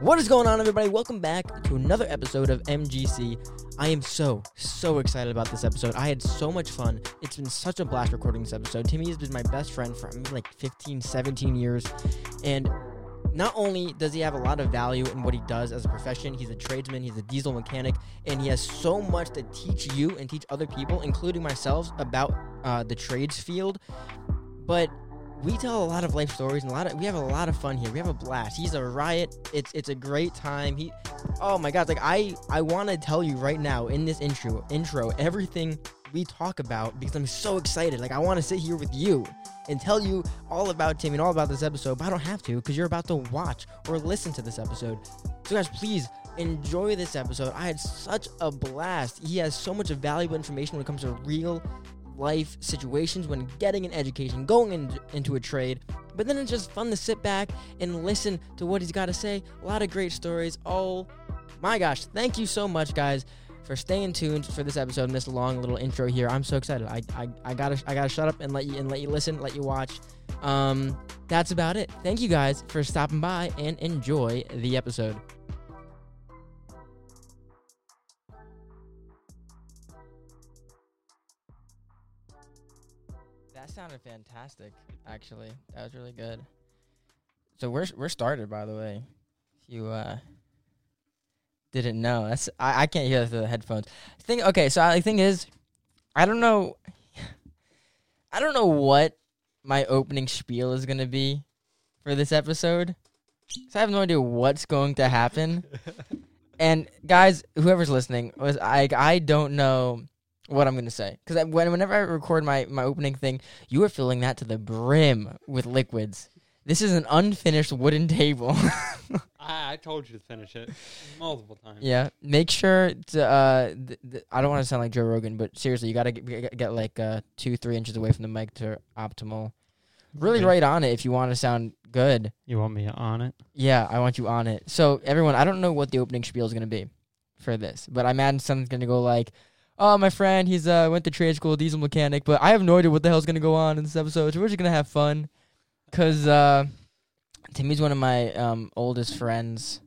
What is going on, everybody? Welcome back to another episode of MGC. I am so, so excited about this episode. I had so much fun. It's been such a blast recording this episode. Timmy has been my best friend for I mean, like 15, 17 years. And not only does he have a lot of value in what he does as a profession, he's a tradesman, he's a diesel mechanic, and he has so much to teach you and teach other people, including myself, about uh, the trades field. But we tell a lot of life stories and a lot of we have a lot of fun here. We have a blast. He's a riot. It's it's a great time. He oh my god, like I I want to tell you right now in this intro intro everything we talk about because I'm so excited. Like I want to sit here with you and tell you all about Tim and all about this episode, but I don't have to because you're about to watch or listen to this episode. So guys, please enjoy this episode. I had such a blast. He has so much valuable information when it comes to real life situations when getting an education, going in, into a trade. But then it's just fun to sit back and listen to what he's got to say. A lot of great stories. Oh my gosh, thank you so much, guys, for staying tuned for this episode and this long little intro here. I'm so excited. I, I, I gotta I gotta shut up and let you and let you listen, let you watch. Um, that's about it. Thank you guys for stopping by and enjoy the episode. That sounded fantastic, actually. That was really good. So we're we're started, by the way. If you uh, didn't know, that's I, I can't hear that through the headphones. Thing okay, so I, the thing is, I don't know, I don't know what my opening spiel is gonna be for this episode. So I have no idea what's going to happen. and guys, whoever's listening, was I I don't know what I'm gonna say because when, whenever I record my my opening thing, you are filling that to the brim with liquids. This is an unfinished wooden table. I, I told you to finish it multiple times. yeah, make sure to. Uh, th- th- I don't want to sound like Joe Rogan, but seriously, you gotta get, get, get like uh, two three inches away from the mic to optimal. Really, Okay. right on it if you want to sound good. You want me on it? Yeah, I want you on it. So everyone, I don't know what the opening spiel is gonna be for this, but I imagine something's gonna go like, "Oh, my friend, he's uh went to trade school, diesel mechanic," but I have no idea what the hell's gonna go on in this episode. So we're just gonna have fun, cause uh, Timmy's one of my um oldest friends.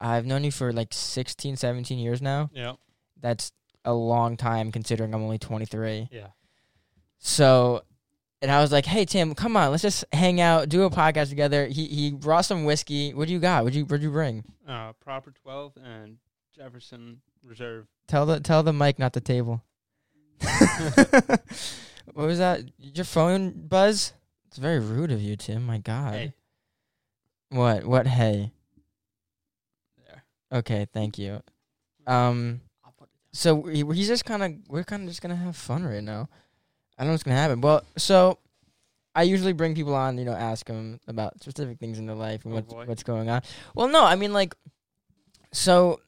I've known you for like 16, 17 years now. Yeah. That's a long time considering I'm only 23. Yeah. So, and I was like, "Hey Tim, come on, let's just hang out, do a podcast together." He he brought some whiskey. What do you got? What you what'd you bring? Uh, proper 12 and Jefferson Reserve. Tell the tell the mic, not the table. what was that? Your phone buzz? It's very rude of you, Tim. My God. Hey. What what? Hey. There. Okay. Thank you. Um. I'll put it So we, he's just kind of we're kind of just gonna have fun right now. I don't know what's gonna happen. Well, so I usually bring people on, you know, ask them about specific things in their life and Oh, what's boy. what's going on. Well, no, I mean like, so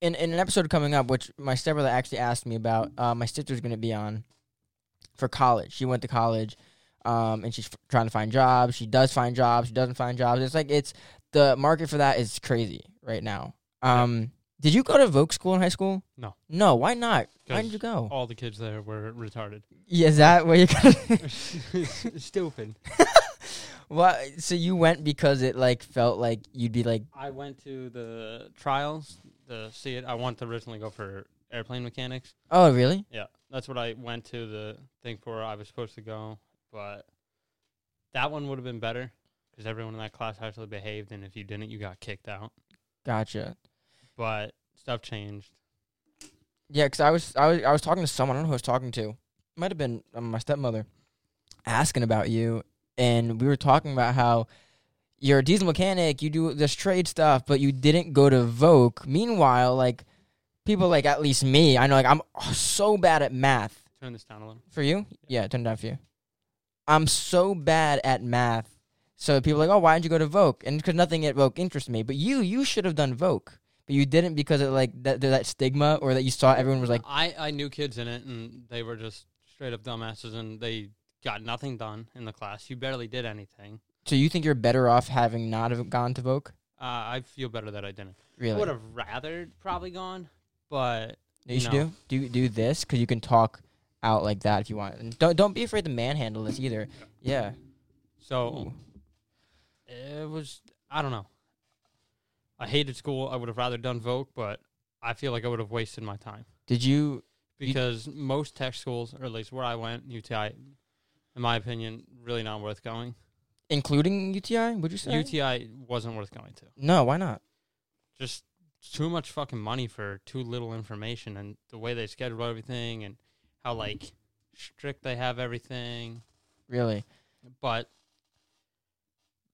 in in an episode coming up, which my stepbrother actually asked me about, uh, my sister's gonna be on for college. She went to college, um, and she's f- trying to find jobs. She does find jobs. She doesn't find jobs. It's like it's the market for that is crazy right now. Um, did you go to Vogue school in high school? No. No, why not? Why 'Cause did you go? All the kids there were retarded. Yeah, is that where you got? Stupid. well, so you went because it like felt like you'd be like, I went to the trials to see it. I wanted to originally go for airplane mechanics. oh, really? Yeah. That's what I went to the thing for. I was supposed to go, but that one would have been better because everyone in that class actually behaved, and if you didn't, you got kicked out. Gotcha. But stuff changed. Yeah, because I was I was I was talking to someone. I don't know who I was talking to. Might have been um, my stepmother asking about you, and we were talking about how you're a diesel mechanic. You do this trade stuff, but you didn't go to Vogue. Meanwhile, like people like at least me, I know like I'm so bad at math. Turn this down a little. For you? Yeah, turn it down for you. I'm so bad at math. So people are like, oh, why didn't you go to Vogue? And because nothing at Vogue interests me. But you, you should have done Vogue. But you didn't because of like that, that stigma or that you saw everyone was like, I, I knew kids in it, and they were just straight up dumbasses, and they got nothing done in the class. You barely did anything. so you think you're better off having not have gone to Vogue? Uh, I feel better that I didn't. I Really? would have rather probably gone, but you should No. do do do this because you can talk out like that if you want. And don't don't be afraid to manhandle this either. Yeah. so Ooh. it was. I don't know. I hated school. I would have rather done Voc, but I feel like I would have wasted my time Did you? You- because most tech schools, or at least where I went, UTI, in my opinion, really not worth going. Including UTI? Would you say? UTI wasn't worth going to. No, why not? Just too much fucking money for too little information, and the way they schedule everything, and how like strict they have everything. Really? but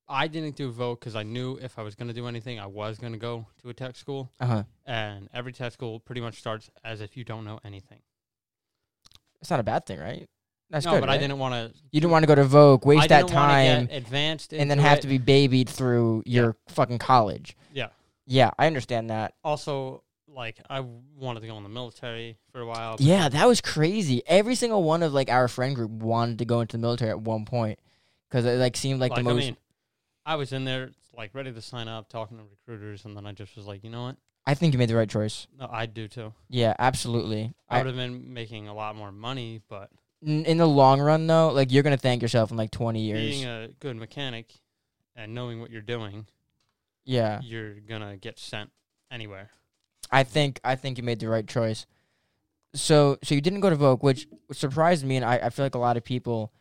I didn't do vote because I knew if I was going to do anything, I was going to go to a tech school. Uh huh. And every tech school pretty much starts as if you don't know anything. It's not a bad thing, right? That's no, good. but I right? didn't want to You didn't want to go to Vogue, waste I that didn't wanna get time, advanced, and then into have it. to be babied through your fucking college. Yeah. Yeah, I understand that. Also, like I wanted to go in the military for a while. but Yeah, that was crazy. Every single one of like our friend group wanted to go into the military at one point because it like seemed like, like, the most. I mean, I was in there like ready to sign up, talking to recruiters, and then I just was like, you know what? I think you made the right choice. No, I do too. Yeah, absolutely. I, I, would have been making a lot more money, but in in the long run, though, like you're gonna thank yourself in like 20 years. being a good mechanic and knowing what you're doing yeah, you're gonna get sent anywhere. I think I think you made the right choice. So so you didn't go to Vogue, which surprised me, and I, I feel like a lot of people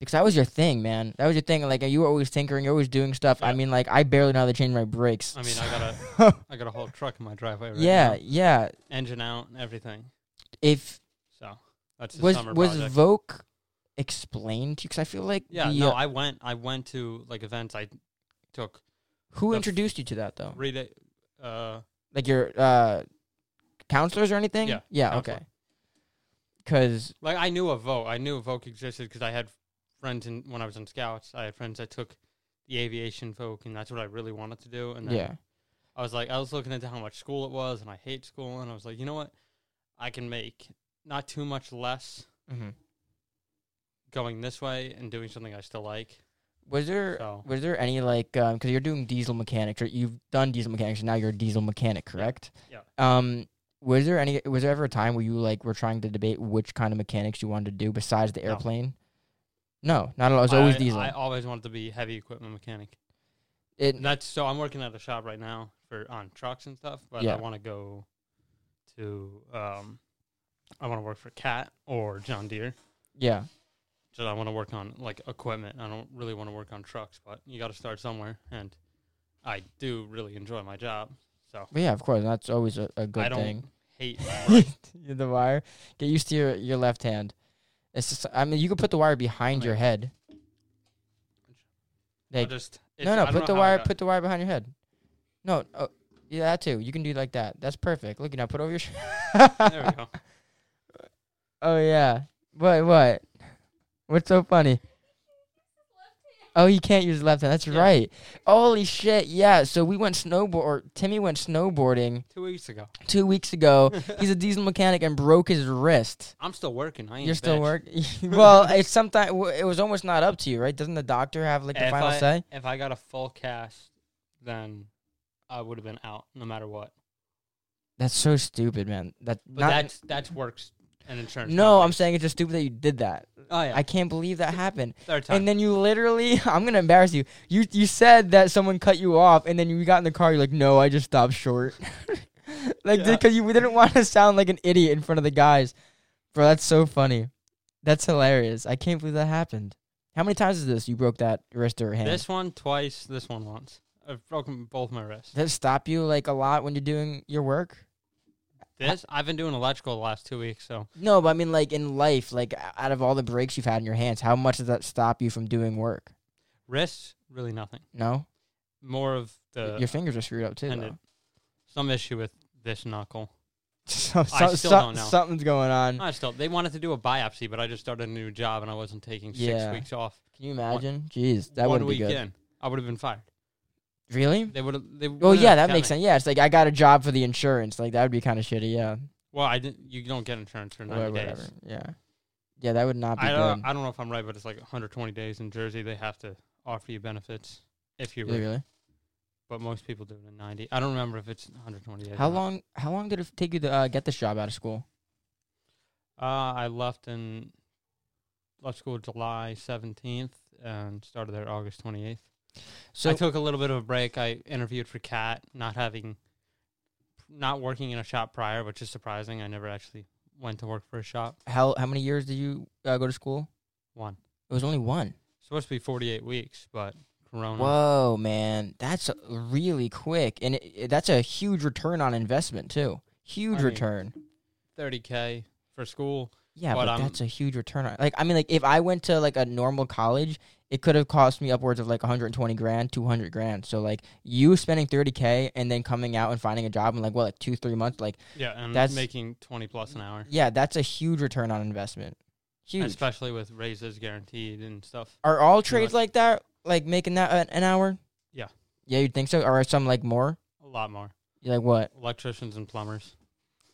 because that was your thing, man. That was your thing. Like you were always tinkering, you're always doing stuff. I Yeah. mean, like I barely know how to change my brakes. I mean, I got a gotta. I got a whole truck in my driveway. Right yeah, now. yeah. engine out and everything. If So that's the was summer was project. Vogue explained to you? Because I feel like yeah, the, no, uh, I went I went to like events. I took who the f- introduced you to that though? three day. Uh, Like your uh, counselors or anything? Yeah, yeah, counselor. okay. Because like I knew a Vogue. I knew a Vogue existed because I had friends in when I was in Scouts. I had friends that took the aviation Vogue, and that's what I really wanted to do. And then yeah, I was like, I was looking into how much school it was, and I hate school, and I was like, you know what, I can make not too much less mm-hmm. going this way and doing something I still like. was there So- was there any like because you're doing diesel mechanics or you've done diesel mechanics and now you're a diesel mechanic, correct? Yeah. Um, was there any was there ever a time where you like were trying to debate which kind of mechanics you wanted to do besides the No. airplane? No, not at all. It was always I, diesel. I always wanted to be heavy equipment mechanic. it, And that's so I'm working at a shop right now for on trucks and stuff, but Yeah. I want to go to um I want to work for Cat or John Deere. yeah. So I want to work on like equipment. I don't really want to work on trucks, but you got to start somewhere and I do really enjoy my job. So Well, yeah, of course. That's always a, a good I don't thing. hate You're the wire. Get used to your, your left hand. It's just, I mean, you could put the wire behind Oh, your yeah. head. I Like, just it's- no, I no, don't know put the how I wire, got- put the wire behind your head. No, oh, yeah, that too. You can do like that. That's perfect. Look, you now put over your. Sh- There we go. oh yeah. What? What? What's so funny? Oh, you can't use his left hand. That's Yeah. right. Holy shit! Yeah. So we went snowboard. Or Timmy went snowboarding 2 weeks ago. two weeks ago. He's a diesel mechanic and broke his wrist. I'm still working. I ain't You're a still bitch. working. well, it's sometimes it was almost not up to you, right? Doesn't the doctor have like the if final I, say? If I got a full cast, then I would have been out no matter what. That's so stupid, man. That But not. that's that's works and insurance. no, I'm companies. saying it's just stupid that you did that. Oh yeah, I can't believe that happened. third time. And then you literally, I'm gonna embarrass you. You you said that someone cut you off, and then you got in the car. You're like, no, I just stopped short, like Yeah. because you didn't want to sound like an idiot in front of the guys, bro. That's so funny. That's hilarious. I can't believe that happened. How many times is this? You broke that wrist or hand? this one twice. This one once. I've broken both my wrists. Does it stop you like a lot when you're doing your work? This I've been doing electrical the last two weeks, so No, but I mean like in life, like o- out of all the breaks you've had in your hands, how much does that stop you from doing work? wrists really nothing. No, More of the your fingers are screwed up too. Uh, and though. it- some issue with this knuckle. So, I so- still so- don't know. Something's going on. I still they wanted to do a biopsy, but I just started a new job and I wasn't taking six Yeah. weeks off. Can you imagine? Jeez, that one would be week good. in, I would have been fired. Really? They would have. They Well, wouldn't Oh, yeah, have that kept makes me. sense. Yeah, it's like I got a job for the insurance. Like that would be kind of shitty. Yeah, Well, I didn't. You don't get insurance for Wha- ninety whatever. days. Yeah, yeah, that would not be I good. don't, I don't know if I'm right, but it's like 120 days in Jersey. They have to offer you benefits if you, Really, are really? but most people do it in 90. I don't remember if it's 120 days. How or not. long? How long did it take you to uh, get this job out of school? Uh, I left in left school July 17th and started there August 28th. So I took a little bit of a break. I interviewed for Cat, not having, not working in a shop prior, which is surprising. I never actually went to work for a shop. how how many years did you uh, go to school? One It was only one. supposed to be forty eight weeks, but Corona. Whoa, man, that's uh, really quick, and it, it- that's a huge return on investment too. Huge I mean, return. thirty k for school. Yeah, but, But, um, that's a huge return. On, like, I mean, like if I went to like a normal college, it could have cost me upwards of like 120 grand, 200 grand. So like you spending 30k and then coming out and finding a job in like what, like two, three months. Like, Yeah, and That's- making twenty plus an hour, yeah, that's a huge return on investment. Huge. especially with raises guaranteed and stuff. Are all pretty trades like that? Like making that an- an hour? Yeah. Yeah, you'd think so. Or are some like more? A lot more Like what? electricians and plumbers.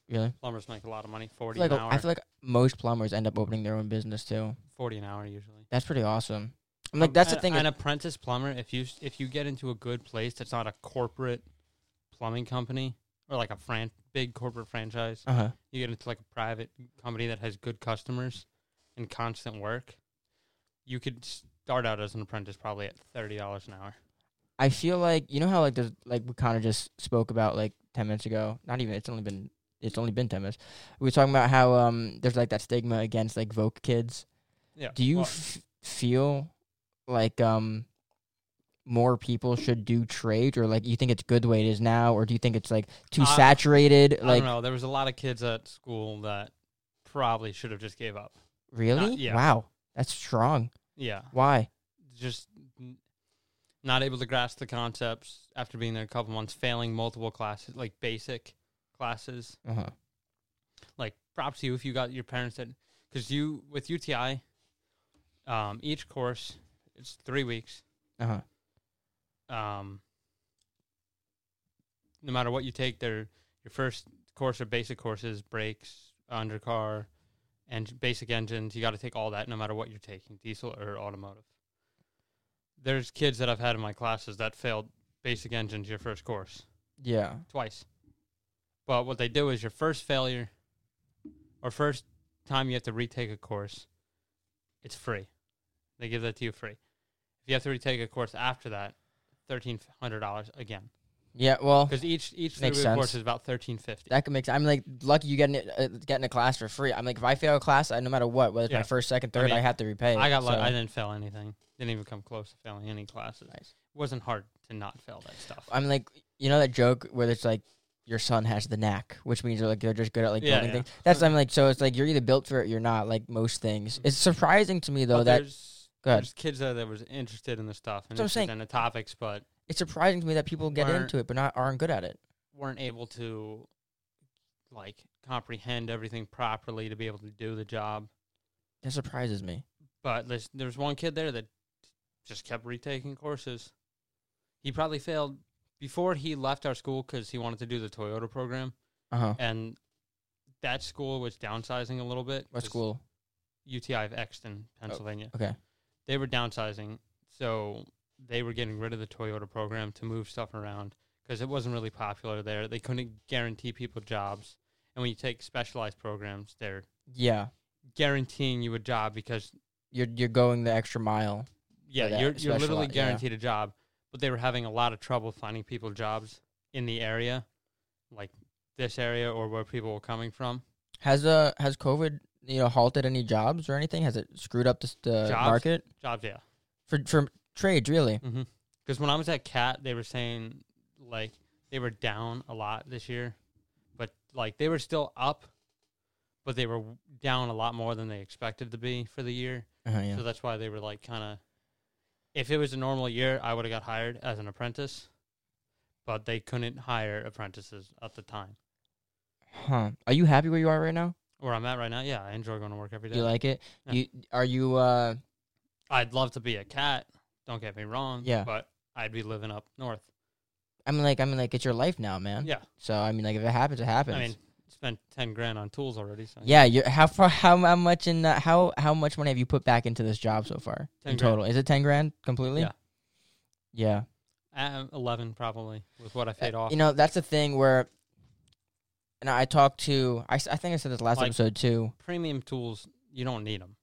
Really? Plumbers make a lot of money, I forty feel, like, an a- hour, I feel like most plumbers end up opening their own business too. forty an hour usually. That's pretty awesome. I'm like, that's the An- thing. An is- apprentice plumber, if you s- if you get into a good place that's not a corporate plumbing company or like a fran- big corporate franchise, Uh huh. you get into like a private company that has good customers and constant work, you could start out as an apprentice probably at thirty dollars an hour. I feel like you know how like there's like we kind of just spoke about like ten minutes ago. Not even it's only been it's only been ten minutes. We were talking about how um there's like that stigma against like Vogue kids. Yeah. Do you well, f- feel like um more people should do trade or like you think it's good the way it is now or do you think it's like too Uh, saturated? I Like don't know. There was a lot of kids at school that probably should have just gave up. really? yeah. Wow, that's strong. Yeah, Why? just n- not able to grasp the concepts after being there a couple months, failing multiple classes, like basic classes. Uh huh. Like props to you if you got your parents that, because you with UTI, um, each course it's three weeks. Uh huh. Um, no matter what you take, their your first course or basic courses, brakes, undercar, and basic engines. You got to take all that, no matter what you're taking, diesel or automotive. There's kids that I've had in my classes that failed basic engines your first course Yeah. twice. But what they do is your first failure or first time you have to retake a course, it's free. They give that to you free. If you have to retake a course after that, thirteen hundred dollars again. Yeah. Well, Because each each three Makes week sense. course is about thirteen fifty. That could make sense. I'm like lucky you getting it, uh, getting a class for free. I'm like if I fail a class, I, no matter what, whether it's my Yeah. first, second, I third, I, mean, have to repay. it. I got lucky. So- I didn't fail anything. Didn't even come close to failing any classes. Nice. It wasn't hard to not fail that stuff. I'm like you know that joke where it's like your son has the knack, which means they're like they're just good at like Yeah, building yeah. things. That's I'm like so it's like you're either built for it, or you're not. Like most things, it's surprising to me though But that there's, Go ahead. there's kids there that was interested in the stuff and That's what I'm interested saying. in the topics, but it's surprising to me that people get Weren't- into it but not aren't good at it. weren't able to like comprehend everything properly to be able to do the job. That surprises me. But there's, there was one kid there that just kept retaking courses. He probably failed before he left our school because he wanted to do the Toyota program, Uh huh. and that school was downsizing a little bit. What 'cause school? UTI of Exton, Pennsylvania. Oh, Okay. They were downsizing, so they were getting rid of the Toyota program to move stuff around because it wasn't really popular there. They couldn't guarantee people jobs, and when you take specialized programs, they're Yeah, guaranteeing you a job because you're you're going the extra mile. yeah, that you're you're literally speciali- yeah. guaranteed a job. But they were having a lot of trouble finding people jobs in the area, like this area or where people were coming from. Has uh has COVID you know halted any jobs or anything? Has it screwed up this, the Jobs? market Jobs, yeah. for for trades really? Because Mm-hmm. when I was at Cat, they were saying like they were down a lot this year, but like they were still up, but they were w- down a lot more than they expected to be for the year. Uh-huh, yeah. So that's why they were like kind of. If it was a normal year, I would have got hired as an apprentice, but they couldn't hire apprentices at the time. Huh. Are you happy where you are right now? Where I'm at right now, yeah, I enjoy going to work every day. You like it? Yeah. You are you uh I'd love to be a cat. Don't get me wrong. Yeah. But I'd be living up north. I mean like I mean like it's your life now, man. Yeah. So I mean like if it happens, it happens. I mean, spent ten grand on tools already. So yeah, you how far how, how much in uh, how how much money have you put back into this job so far? 10 in grand. total. Is it 10 grand completely? Yeah. Yeah. Uh, eleven probably with what I paid Uh, off. You know, that's the thing where and I talked to I, s- I think I said this last Like, episode too. Premium tools, you don't need them.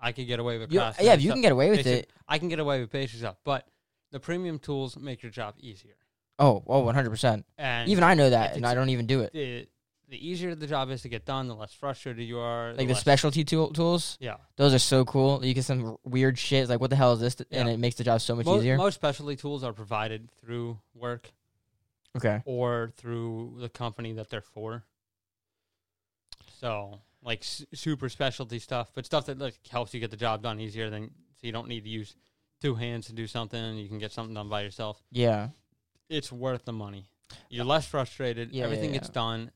I could get away with You, class. yeah, if you can get away with They should- it. I can get away with basic stuff, but The premium tools make your job easier. Oh, oh, 100%. And Even I know that, if and I it's- don't even do it. the the easier the job is to get done, the less frustrated you are. Like the less- specialty tool- tools, Yeah. those are so cool. You get some r- weird shit. It's like, what the hell is this? And Yeah. it makes the job so much Mo- easier. Most specialty tools are provided through work okay. or through the company that they're for. So, like s- super specialty stuff, but stuff that like helps you get the job done easier than so you don't need to use two hands to do something and you can get something done by yourself. Yeah. It's worth the money. You're less frustrated. Yeah, yeah, Everything gets yeah. done.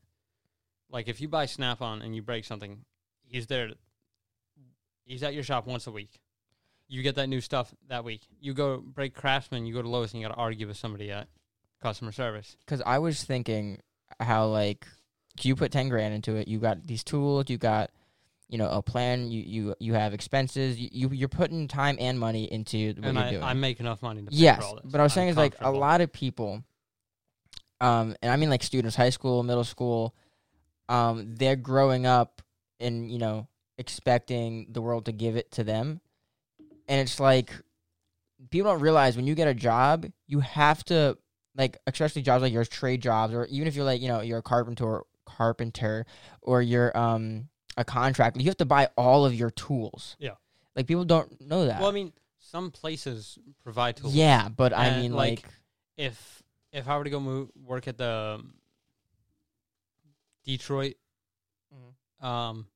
Like if you buy Snap-on and you break something, he's there. He's at your shop once a week. You get that new stuff that week. You go break Craftsman. You go to Lowe's and you got to argue with somebody at customer service. Because I was thinking how, like, you put 10 grand into it. You got these tools. You got, you know, a plan. You you, you have expenses. You, you, you're putting time and money into what and you're I, doing. I make enough money to pay yes. for all this. But I was saying I'm is, like, a comfortable. lot of people, um, and I mean, like, students, high school, middle school, um, they're growing up and, you know, expecting the world to give it to them. And it's like, people don't realize when you get a job, you have to like especially jobs like your trade jobs or even if you're like, you know, you're a carpenter carpenter or you're um a contractor, you have to buy all of your tools. Yeah. Like people don't know that. Well, I mean, some places provide tools. yeah, but I And, mean like, like, If if I were to go move, work at the um, Detroit, um,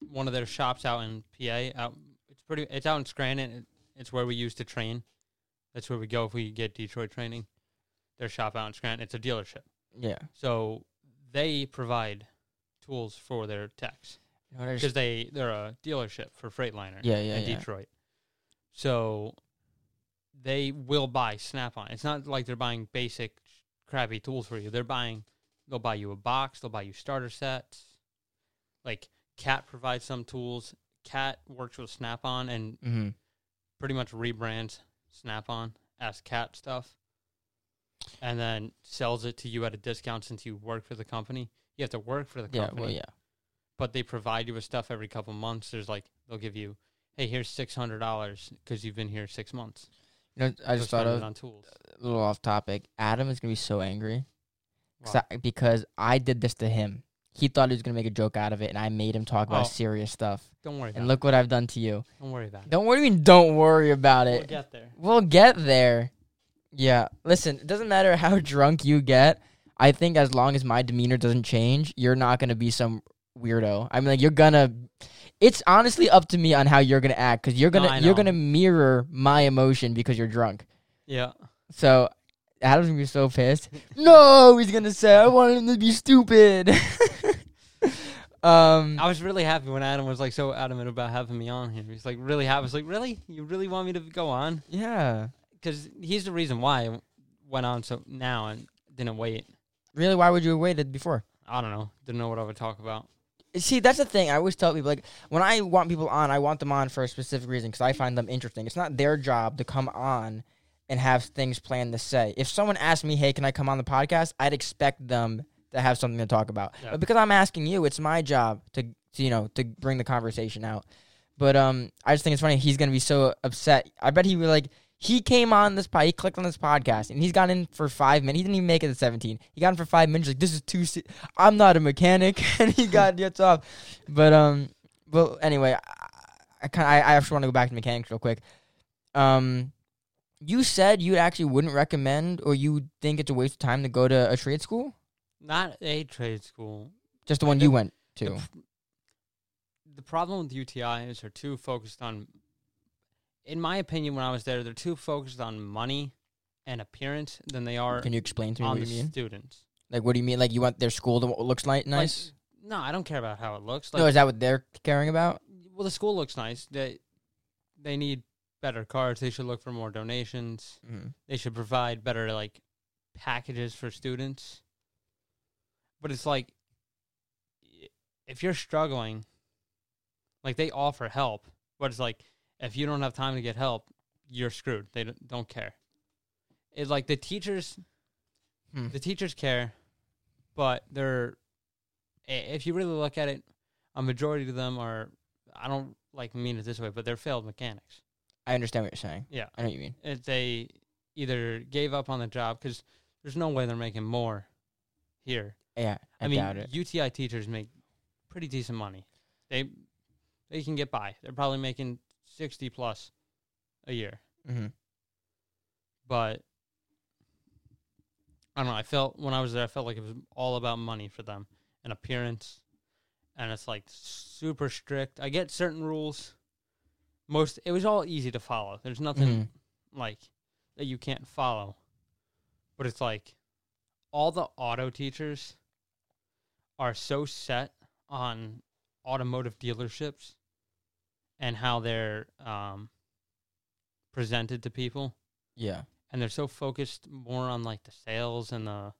one of their shops out in PA, out it's pretty. It's out in Scranton. It, it's where we used to train. That's where we go if we get Detroit training. Their shop out in Scranton. It's a dealership, yeah. so they provide tools for their techs. You know what I because just- they they're a dealership for Freightliner. Yeah, yeah, in yeah. Detroit. So they will buy Snap on. It's not like they're buying basic crappy tools for you. They're buying they'll buy you a box, they'll buy you starter sets. Like Cat provides some tools. Cat works with Snap on and Mhm. pretty much rebrands Snap on as Cat stuff. And then sells it to you at a discount since you work for the company. You have to work for the Yeah, company well yeah. but they provide you with stuff every couple months. There's like they'll give you, hey, here's six hundred dollars because you've been here six months. You know, I Go just thought spend it of on tools. a little off topic. Adam is gonna be so angry 'cause Wow. I- because I did this to him. He thought he was gonna make a joke out of it, and I made him talk about Oh. serious stuff. Don't worry about And look what I've done to you. it. Don't worry about it. Don't what do you mean don't worry about We'll it? get there. We'll get there. Yeah. Listen, it doesn't matter how drunk you get. I think as long as my demeanor doesn't change, you're not gonna be some weirdo. I mean like you're gonna it's honestly up to me on how you're gonna act because you're No, gonna I you're know. gonna mirror my emotion because you're drunk. Yeah, So Adam's gonna be so pissed. no, he's gonna say I want him to be stupid. um I was really happy when Adam was like so adamant about having me on here. He's like really happy. I was like, really, you really want me to go on? Yeah. Because he's the reason why I went on so now and didn't wait. Really, why would you have waited before? I don't know. Didn't know what I would talk about. See, that's the thing. I always tell people like when I want people on, I want them on for a specific reason because I find them interesting. It's not their job to come on and have things planned to say. If someone asked me, "Hey, can I come on the podcast?" I'd expect them to have something to talk about. Yeah. But because I'm asking you, it's my job to, to you know to bring the conversation out. But um, I just think it's funny. He's gonna be so upset. I bet he would like. He came on this pod. He clicked on this podcast, and he's got in for five minutes. He didn't even make it to seventeen. He got in for five minutes. Like this is too. Se- I'm not a mechanic, and he got gets off. But um, but anyway, I I kind I, I actually want to go back to mechanics real quick. Um, you said you actually wouldn't recommend, or you think it's a waste of time to go to a trade school, Not a trade school. just the one you went to. the problem with UTI is they're too focused on, in my opinion, when I was there, they're too focused on money and appearance than they are Can you explain to me on what the you mean? students. Like, what do you mean? Like, you want their school to what looks like Like, nice? no, I don't care about how it looks. no, Like, is that what they're caring about? well, the school looks nice. They they need better cards. They should look for more donations. Mm. They should provide better like packages for students. But it's like, i- if you're struggling, like they offer help, but it's like if you don't have time to get help, you're screwed. They don't- don't care. It's like the teachers, Hmm. the teachers care, but they're. i- If you really look at it, a majority of them are. I don't like mean it this way, but they're failed mechanics. I understand what you're saying. Yeah. I know what you mean. If they either gave up on the job because there's no way they're making more here. Yeah, I, mean, doubt it. UTI teachers make pretty decent money. They they can get by. They're probably making sixty plus a year. Mm-hmm. but I don't know. I felt when I was there, I felt like it was all about money for them and appearance, and it's like super strict. I get certain rules. Most it was all easy to follow. There's nothing Mhm. like that you can't follow, but it's like all the auto teachers are so set on automotive dealerships and how they're um, presented to people Yeah. and they're so focused more on like the sales and the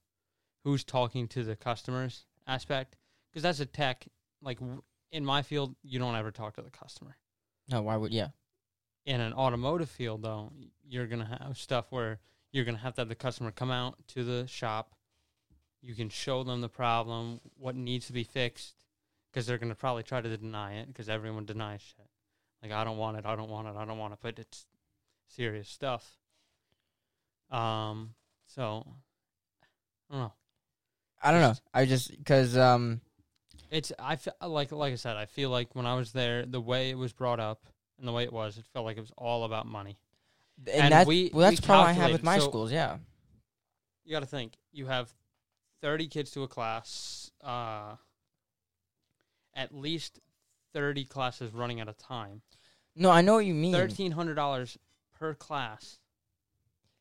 who's talking to the customers aspect because that's a tech like w- in my field you don't ever talk to the customer No, why would yeah? in an automotive field though you're gonna have stuff where you're gonna have to have the customer come out to the shop you can show them the problem what needs to be fixed because they're gonna probably try to deny it because everyone denies shit like i don't want it i don't want it i don't want it but it's serious stuff um so i don't know I don't know. Just- I just because um It's I fe- like like I said, I feel like when I was there, the way it was brought up and the way it was, it felt like it was all about money. and, And that's we- well that's we the problem I have with calculated, my so- schools. Yeah. You got to think you have thirty kids to a class, uh, at least thirty classes running at a time. No, I know what you mean. Thirteen hundred dollars per class.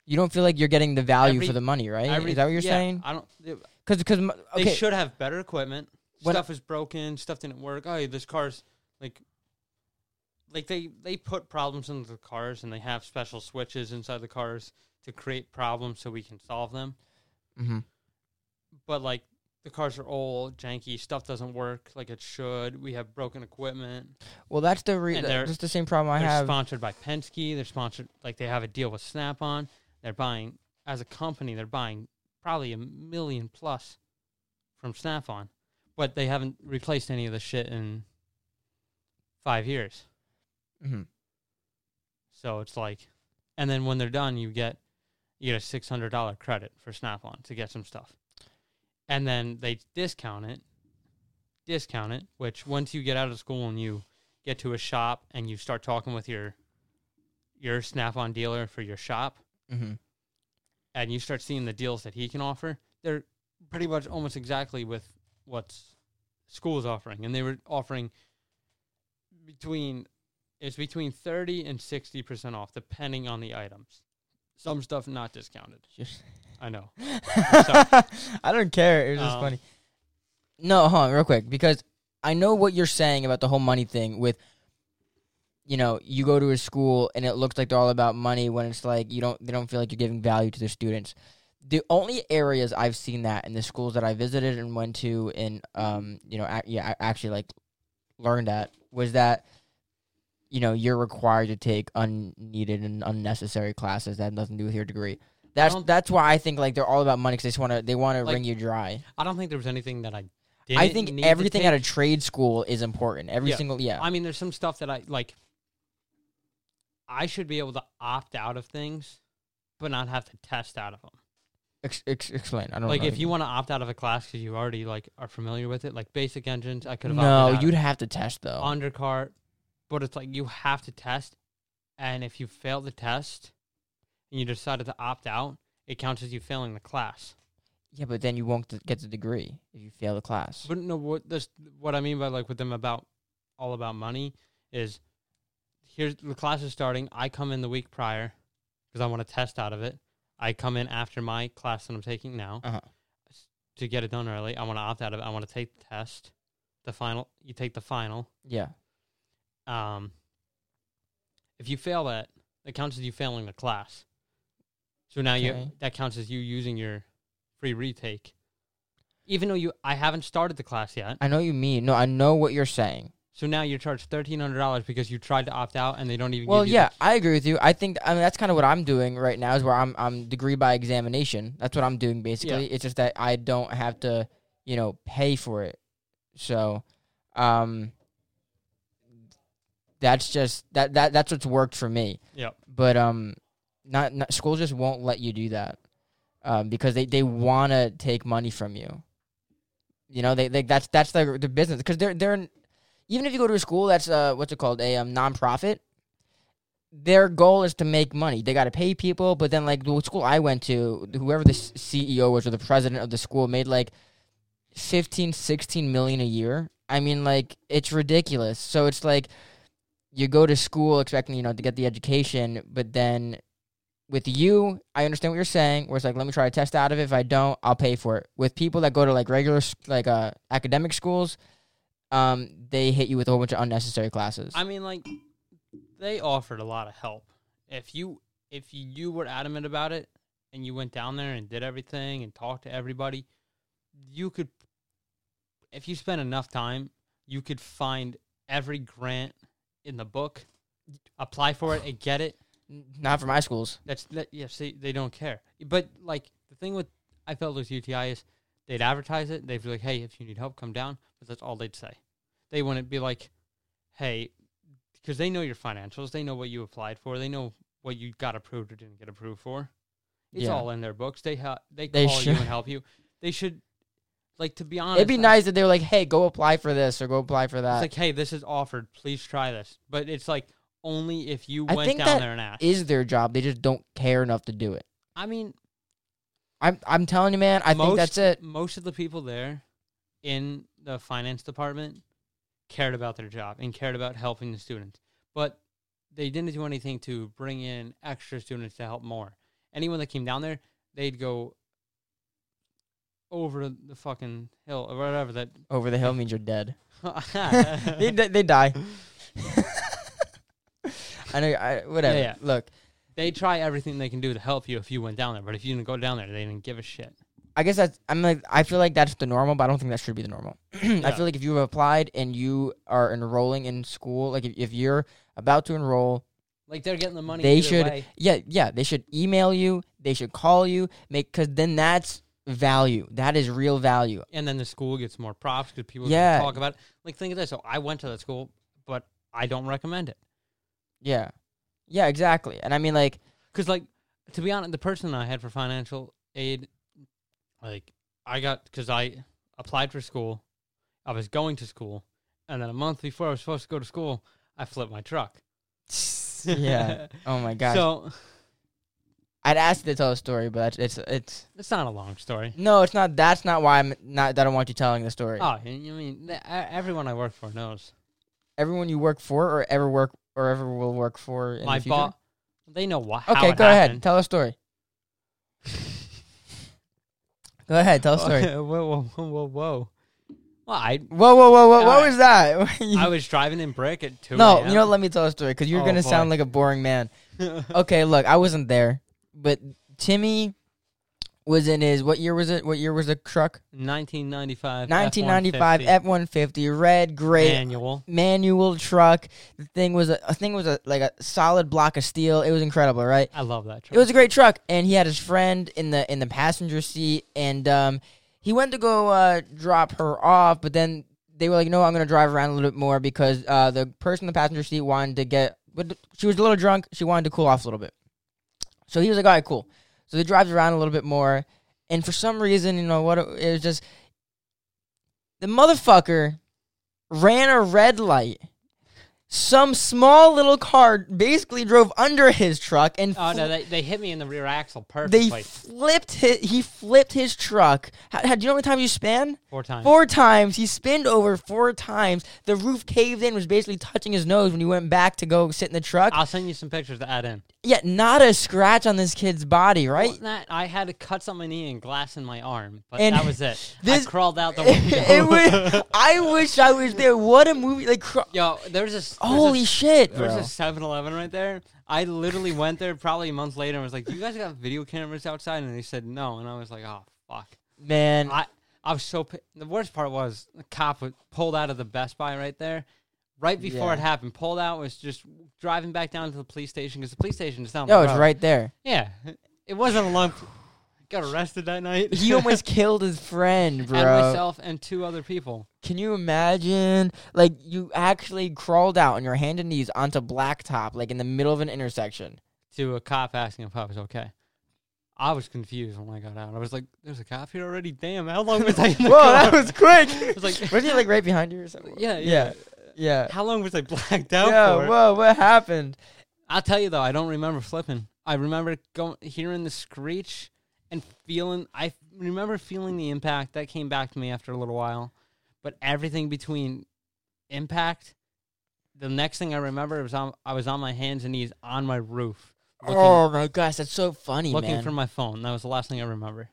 You don't feel like you're getting the value Every- for the money, right? Every- Is that what you're yeah, saying? I don't. They, Because because okay, they should have better equipment. When I- stuff is broken. Stuff didn't work. Oh, this car's like, like they they put problems into the cars and they have special switches inside the cars to create problems so we can solve them. hmm But like the cars are old, janky. Stuff doesn't work like it should. We have broken equipment. well that's the re- And they're- that's the same problem I they're have. sponsored by Penske. They're sponsored like they have a deal with Snap On. They're buying as a company. They're buying probably a million plus from Snap On, but they haven't replaced any of the shit in five years. hmm So it's like, and then when they're done, you get you get a six hundred dollar credit for Snap On to get some stuff, and then they discount it, discount it. Which once you get out of school and you get to a shop and you start talking with your your Snap On dealer for your shop, hmm and you start seeing the deals that he can offer, they're pretty much almost exactly with what's school's offering, and they were offering between it's between thirty and sixty percent off, depending on the items. Some stuff not discounted. Just- I know. I don't care. It was just Um, funny. No, hold on, real quick, because I know what you're saying about the whole money thing. With you know, you go to a school and it looks like they're all about money when it's like you don't. They don't feel like you're giving value to the students. The only areas I've seen that in the schools that I visited and went to, and um, you know, ac yeah, I actually like learned at was that you know you're required to take unneeded and unnecessary classes that have nothing to do with your degree. That's don't- that's why I think like they're all about money because they just want to they want to Like, wring you dry. I don't think there was anything that I didn't. I think need to everything take. at a trade school is important. Every Yeah. single yeah. I mean, there's some stuff that I like. I should be able to opt out of things, but not have to test out of them. Ex- ex- explain. I don't like know if you want to opt out of a class because you already like are familiar with it, like basic engines, I could have No, opted out you'd of. have to test though. undercart, but it's like you have to test, and if you fail the test, and you decided to opt out, it counts as you failing the class. yeah, but then you won't th- get the degree if you fail the class. But no, what this what I mean by like with them about all about money is here's the class is starting. I come in the week prior because I want to test out of it. I come in after my class that I'm taking now. Uh-huh. to get it done early. I want to opt out of it. I want to take the test, the final. You take the final. Yeah. Um, if you fail that, that counts as you failing the class. So now you Okay. that counts as you using your free retake, even though you I haven't started the class yet. I know what you mean. No, I know what you're saying. So now you're charged thirteen hundred dollars because you tried to opt out and they don't even. Well, give you yeah, I agree with you. I think I mean that's kind of what I'm doing right now is where I'm I'm degree by examination. That's what I'm doing basically. It's just that I don't have to, you know, pay for it. So, um That's just that that that's what's worked for me. Yep. But um, not, not schools just won't let you do that, um, because they they want to take money from you. You know, they, they that's that's their their business because they're they're in- even if you go to a school that's uh what's it called a um, nonprofit. Their goal is to make money. They got to pay people, but then like the school I went to, whoever the s- CEO was or the president of the school made like 15 16 million a year i mean like it's ridiculous so it's like you go to school expecting you know to get the education but then with you i understand what you're saying where it's like let me try to test out of it if i don't i'll pay for it with people that go to like regular s- like uh academic schools um they hit you with a whole bunch of unnecessary classes I mean, like they offered a lot of help. If you if you were adamant about it and you went down there and did everything and talked to everybody, you could. If you spent enough time, you could find every grant in the book, apply for it, and get it. not for my schools That's that, yeah. See, they don't care. But like the thing with I felt with UTI is they'd advertise it. They'd be like, "Hey, if you need help, come down." But that's all they'd say. They wouldn't be like, "Hey," because they know your financials. They know what you applied for. They know what you got approved or didn't get approved for. It's Yeah. all in their books. They ha- they They call you should- and help you. They should like to be honest. it'd be I- nice if they were like hey go apply for this or go apply for It's that. like, "Hey, this is offered. Please try this." But it's like only if you I went think down that there and asked. Is their job they just don't care enough to do it I mean, i'm i'm telling you man i think Most- that's it most of the people there in the finance department cared about their job and cared about helping the students, but they didn't do anything to bring in extra students to help more. Anyone that came down there, they'd go over the fucking hill or whatever that. over the hill means you're dead. they, they'd, di- they die. I know. I, whatever. Yeah, yeah. Look, try everything they can do to help you if you went down there, but if you didn't go down there, they didn't give a shit. I guess that's. I'm like. I feel like that's the normal, but I don't think that should be the normal. I Yeah. feel like if you have applied and you are enrolling in school, like if, if you're about to enroll, Like they're getting the money. They either should- way. yeah, yeah, they should email you. They should call you. Make because then that's value. That is real value. and then the school gets more props because people Yeah. can talk about it. Like think of this: so I went to that school, but I don't recommend it Yeah, yeah, exactly. And I mean, like, because, like, to be honest, the person I had for financial aid, like, I got because I applied for school, I was going to school, and then a month before I was supposed to go to school, I flipped my truck. yeah. Oh my gosh. so I'd ask you to tell a story, but it's it's it's not a long story. No, it's not. That's not why I'm not. That I don't want you telling the story. Oh, I mean, th- e- everyone I work for knows Everyone you work for, or ever work, or ever will work for in my the future. boss. They know why. okay, go ahead. Tell a story. go ahead. Tell a story. whoa, whoa, whoa, whoa, whoa! Oh, Well, I Whoa, whoa, whoa, whoa! What Alright. was that? I was driving in brick at two. no, a.m. you know. Let me tell a story because you're Oh, gonna boy. sound like a boring man. Okay, look, I wasn't there, but Timmy was in his. What year was it? What year was the truck? 1995. 1995 F150 F150 red, gray, manual. manual truck. The thing was a, a thing was a like a solid block of steel. It was incredible, right? I love that truck. It was a great truck, and he had his friend in the in the passenger seat, and um, he went to go uh, drop her off, but then they were like, "No, I'm gonna drive around a little bit more because uh, the person in the passenger seat wanted to get, but she was a little drunk. She wanted to cool off a little bit, so he was like, "All right, cool." So he drives around a little bit more, and for some reason, you know what? It it was just the motherfucker ran a red light. Some small little car basically drove under his truck and oh fl- no, they, they hit me in the rear axle they perfectly flipped his, he flipped his truck. How, how, do you know how many times you span? four times. Four times. He spinned over four times. The roof caved in, was basically touching his nose when he went back to go sit in the truck. I'll send you some pictures to add in. Yet not a scratch on this kid's body, right? Well, not- I had cuts on my knee and glass in my arm, but And that was it. this- I crawled out the it window. was, I wish I was there. What a movie! Like, cr- Yo, there's a s- there's holy a, s- shit, There's bro. a 7-Eleven right there. I literally went there probably a month later and was like, "You guys got video cameras outside?" And they said no, and I was like, "Oh fuck." man. I I was so pi- the worst part was the cop was pulled out of the Best Buy right there, right before Yeah. it happened. Pulled out was just driving back down to the police station because the police station is down. Yo, the it's road. right there. Yeah, it wasn't a long. Got arrested that night. He almost killed his friend, bro. and myself and two other people. Can you imagine? Like you actually crawled out on your hand and knees onto blacktop, like in the middle of an intersection. to a cop asking if I was okay. I was confused when I got out. I was like, "There's a cop here already? Damn! How long was I in Whoa, the car?" that was quick. was like- was he like right behind you or something? yeah, yeah, yeah, yeah. How long was I blacked out Yeah. for? Whoa, what happened? I'll tell you though, I don't remember flipping. I remember going hearing the screech and feeling. I remember feeling the impact that came back to me after a little while, but everything between impact. The next thing I remember was on, I was on my hands and knees on my roof, looking, oh my gosh, that's so funny, looking man. for my phone. That was the last thing I remember.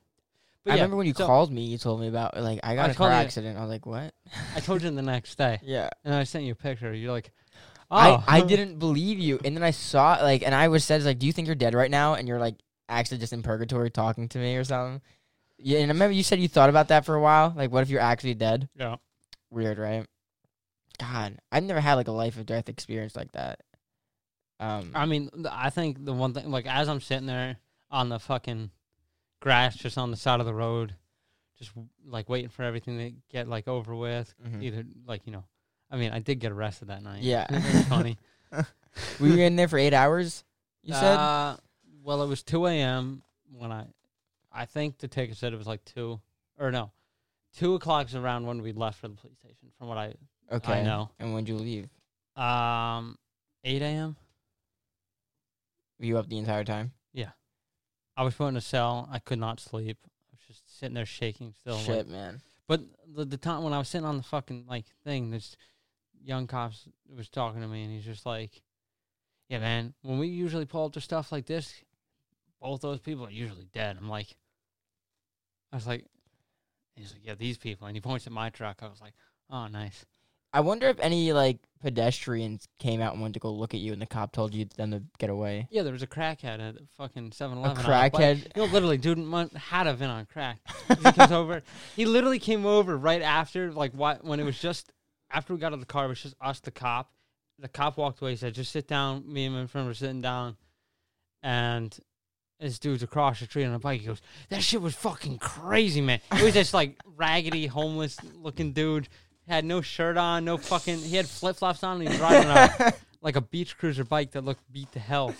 I remember when you so- called me, you told me about like I got in a car called you- accident. I was like, what? I told you the next day, Yeah. and I sent you a picture. You're like, oh, I, I didn't believe you. And then I saw it, like and I was said like, Do you think you're dead right now? And you're like actually just in purgatory talking to me or something. Yeah, and I remember you said you thought about that for a while. Like, what if you're actually dead? Yeah. Weird, right? God. I've never had like a life of death experience like that. Um I mean, th- I think the one thing, like, as I'm sitting there on the fucking grass, just on the side of the road, just like waiting for everything to get like over with. mhm. Either like you know, I mean, I did get arrested that night. Yeah. It's funny. We were in there for eight hours, you said? Uh, well, it was 2 a.m. when I, I think the ticket said it was like two or no, two o'clock is around when we left for the police station. From what I okay. I know. And when'd you leave? Um, 8 a.m. Were you up the entire time? I was put in a cell. I could not sleep. I was just sitting there shaking still. like- Shit, man. but the, the time when I was sitting on the fucking like thing, this young cops was talking to me, and he's just like, "Yeah, man. When we usually pull up to stuff like this, both those people are usually dead." I'm like, I was like, he's like, "Yeah, these people," and he points at my truck. I was like, "Oh, nice." I wonder if any like pedestrians came out and wanted to go look at you, and the cop told you them to get away. Yeah, there was a crackhead at the fucking Seven A Eleven. crackhead. No, literally, dude mu- had a been on crack. he comes over. He literally came over right after, like, what when it was just after we got out of the car. It was just us, the cop. The cop walked away. He said, "Just sit down." Me and my friend were sitting down, and this dude's across the street on a bike. He goes, "That shit was fucking crazy, man." It was this like raggedy, homeless-looking dude. Had no shirt on, no fucking. He had flip flops on. and He was riding a, like a beach cruiser bike that looked beat to hell.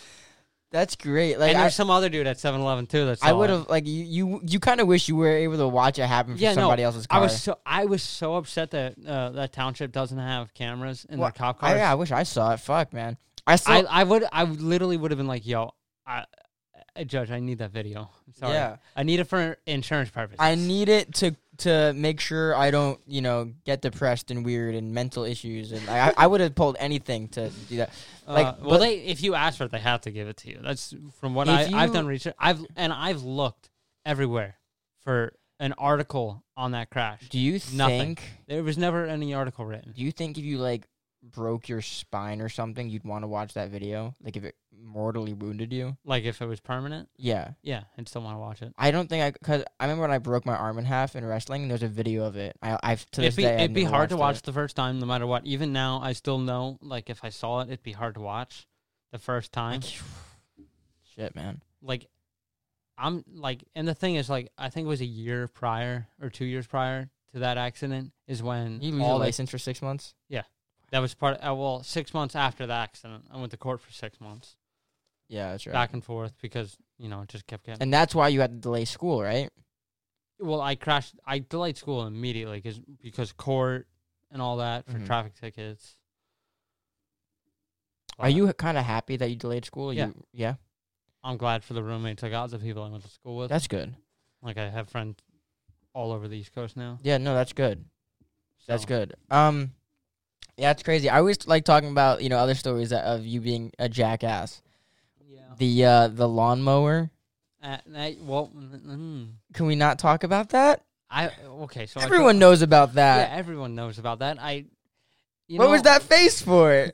That's great. Like and I, there's some other dude at 7-Eleven too. That's I would have like you. You, you kind of wish you were able to watch it happen for Yeah, no, somebody else's car. I was so I was so upset that uh, that township doesn't have cameras in Well, their cop I, cars. yeah, I wish I saw it. Fuck, man. I saw. I, I would I would literally would have been like, yo, I, uh, Judge, I need that video. I'm sorry, Yeah. I need it for insurance purposes. I need it to to make sure I don't, you know, get depressed and weird and mental issues. And like, I, I would have pulled anything to do that. Uh, like, well, but- they if you ask for it, they have to give it to you. That's from what If I, I've you- done research. I've and I've looked everywhere for an article on that crash. Do you Nothing. think? There was never any article written. Do you think if you like broke your spine or something, you'd want to watch that video? Like if it mortally wounded you? Like if it was permanent, Yeah. yeah, I'd still want to watch it. I don't think I because I remember when I broke my arm in half in wrestling. and There's a video of it. I, I've to this it'd be, day. I've it'd be never hard to watch watched it. the first time, no matter what. Even now, I still know. Like if I saw it, it'd be hard to watch the first time. Like, Shit, man. Like I'm like, and the thing is, like I think it was a year prior or two years prior to that accident is when You lose all your the- license for six months. that was part. uh, well, six months after the accident, I went to court for six months, Yeah, that's right. back and forth because you know it just kept getting. And that's why you had to delay school, right? well, I crashed. I delayed school immediately because because court and all that for Mhm. traffic tickets. Are you kind of happy that you delayed school? Yeah. You, yeah. I'm glad for the roommates I got, the people I went to school with. That's good. Like I have friends all over the East Coast now. Yeah. No, that's good. That's so- good. Um, yeah, it's crazy. I always like talking about you know other stories that, of you being a jackass. Yeah. The uh the lawnmower. Uh, I, well, mm, mm, Can we not talk about that? I okay. So I took- Everyone knows about that. yeah, everyone knows about that. I. You what was know, that face for?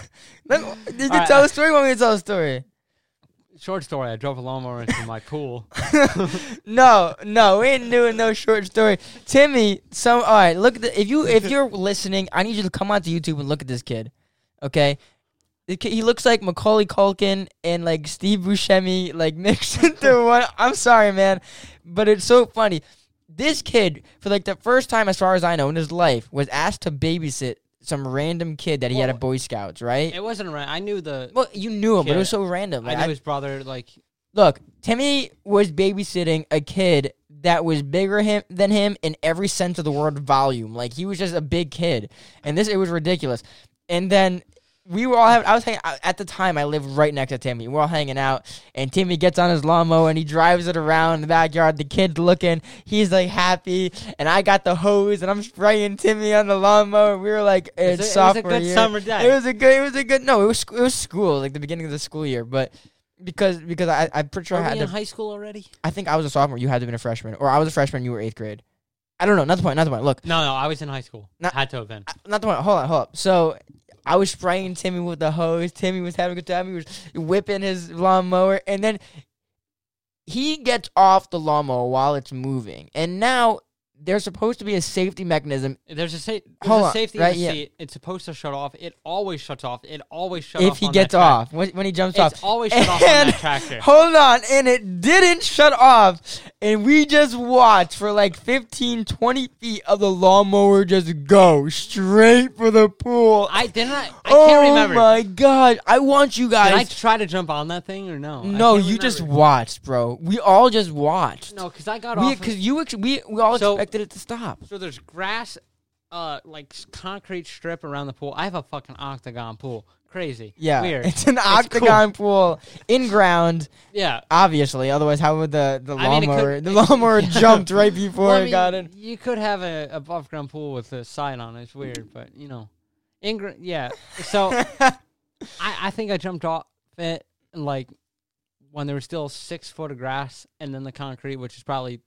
Let- you can Alright, tell I- a story. Want me to tell a story? Short story. I drove a lawnmower into my pool. no, no, we ain't doing no short story. Timmy, some all right. Look, at the, if you if you're listening, I need you to come onto YouTube and look at this kid. Okay, The ki- He looks like Macaulay Culkin and like Steve Buscemi, like mixed into one. I'm sorry, man, but it's so funny. This kid, for like the first time, as far as I know, in his life, was asked to babysit some random kid that he had Well, at Boy Scouts, right? It wasn't around. I knew the. well, you knew him, but it was Yeah. so random. I Like, knew I- his brother. Like look, Timmy was babysitting a kid that was bigger him than him in every sense of the word volume. Like he was just a big kid, and this it was ridiculous. And then we were all having. I was hanging I- at the time. I lived right next to Timmy. We're all hanging out, and Timmy gets on his lawnmower and he drives it around in the backyard. The kid's looking. He's like happy, and I got the hose and I'm spraying Timmy on the lawnmower. We were like, it was it's a- it was a sophomore good year. summer day. It was a good. It was a good. No, it was sc- it was school, like the beginning of the school year, but. Because because I I'm pretty sure I were had we the in high school already? I think I was a sophomore. You had to have been a freshman, or I was a freshman. You were eighth grade. I don't know. Not the point. Not the point. Look, No, no, I was in high school. Not- Had to have been. I- not the point. Hold on, hold up. So I was spraying Timmy with the hose. Timmy was having a good time. He was whipping his lawnmower, and then he gets off the lawnmower while it's moving. And now there's supposed to be a safety mechanism There's a, sa- there's Hold a on, safety right, in the yeah. seat. It's supposed to shut off. It always shuts off. It always shuts off. if he on that gets track. off when, when he jumps off. It's always shut off on And- that tractor. Hold on, and it didn't shut off. And we just watched for like 15, 20 feet of the lawnmower just go straight for the pool. I didn't. I, I oh can't remember. my god. I want you Did I guys. try to jump on that thing or no? I no, can't you just remember. watched, bro. We all just watched. no, because I got we, off. of- cause you, ex- we, we all So- expected it to stop. so there's grass, uh, like s- concrete strip around the pool. I have a fucking octagon pool. Crazy. Yeah, Weird. it's an cool. octagon pool in ground, yeah. obviously. Otherwise, how would the the I mean, it could- lawnmower the it- lawnmower yeah. jumped right before Well, I it mean, got in? You could have a above ground pool with a sign on it. It's weird, but you know, Ingram. Yeah. So I, I think I jumped off it like when there was still six foot of grass, and then the concrete, which is probably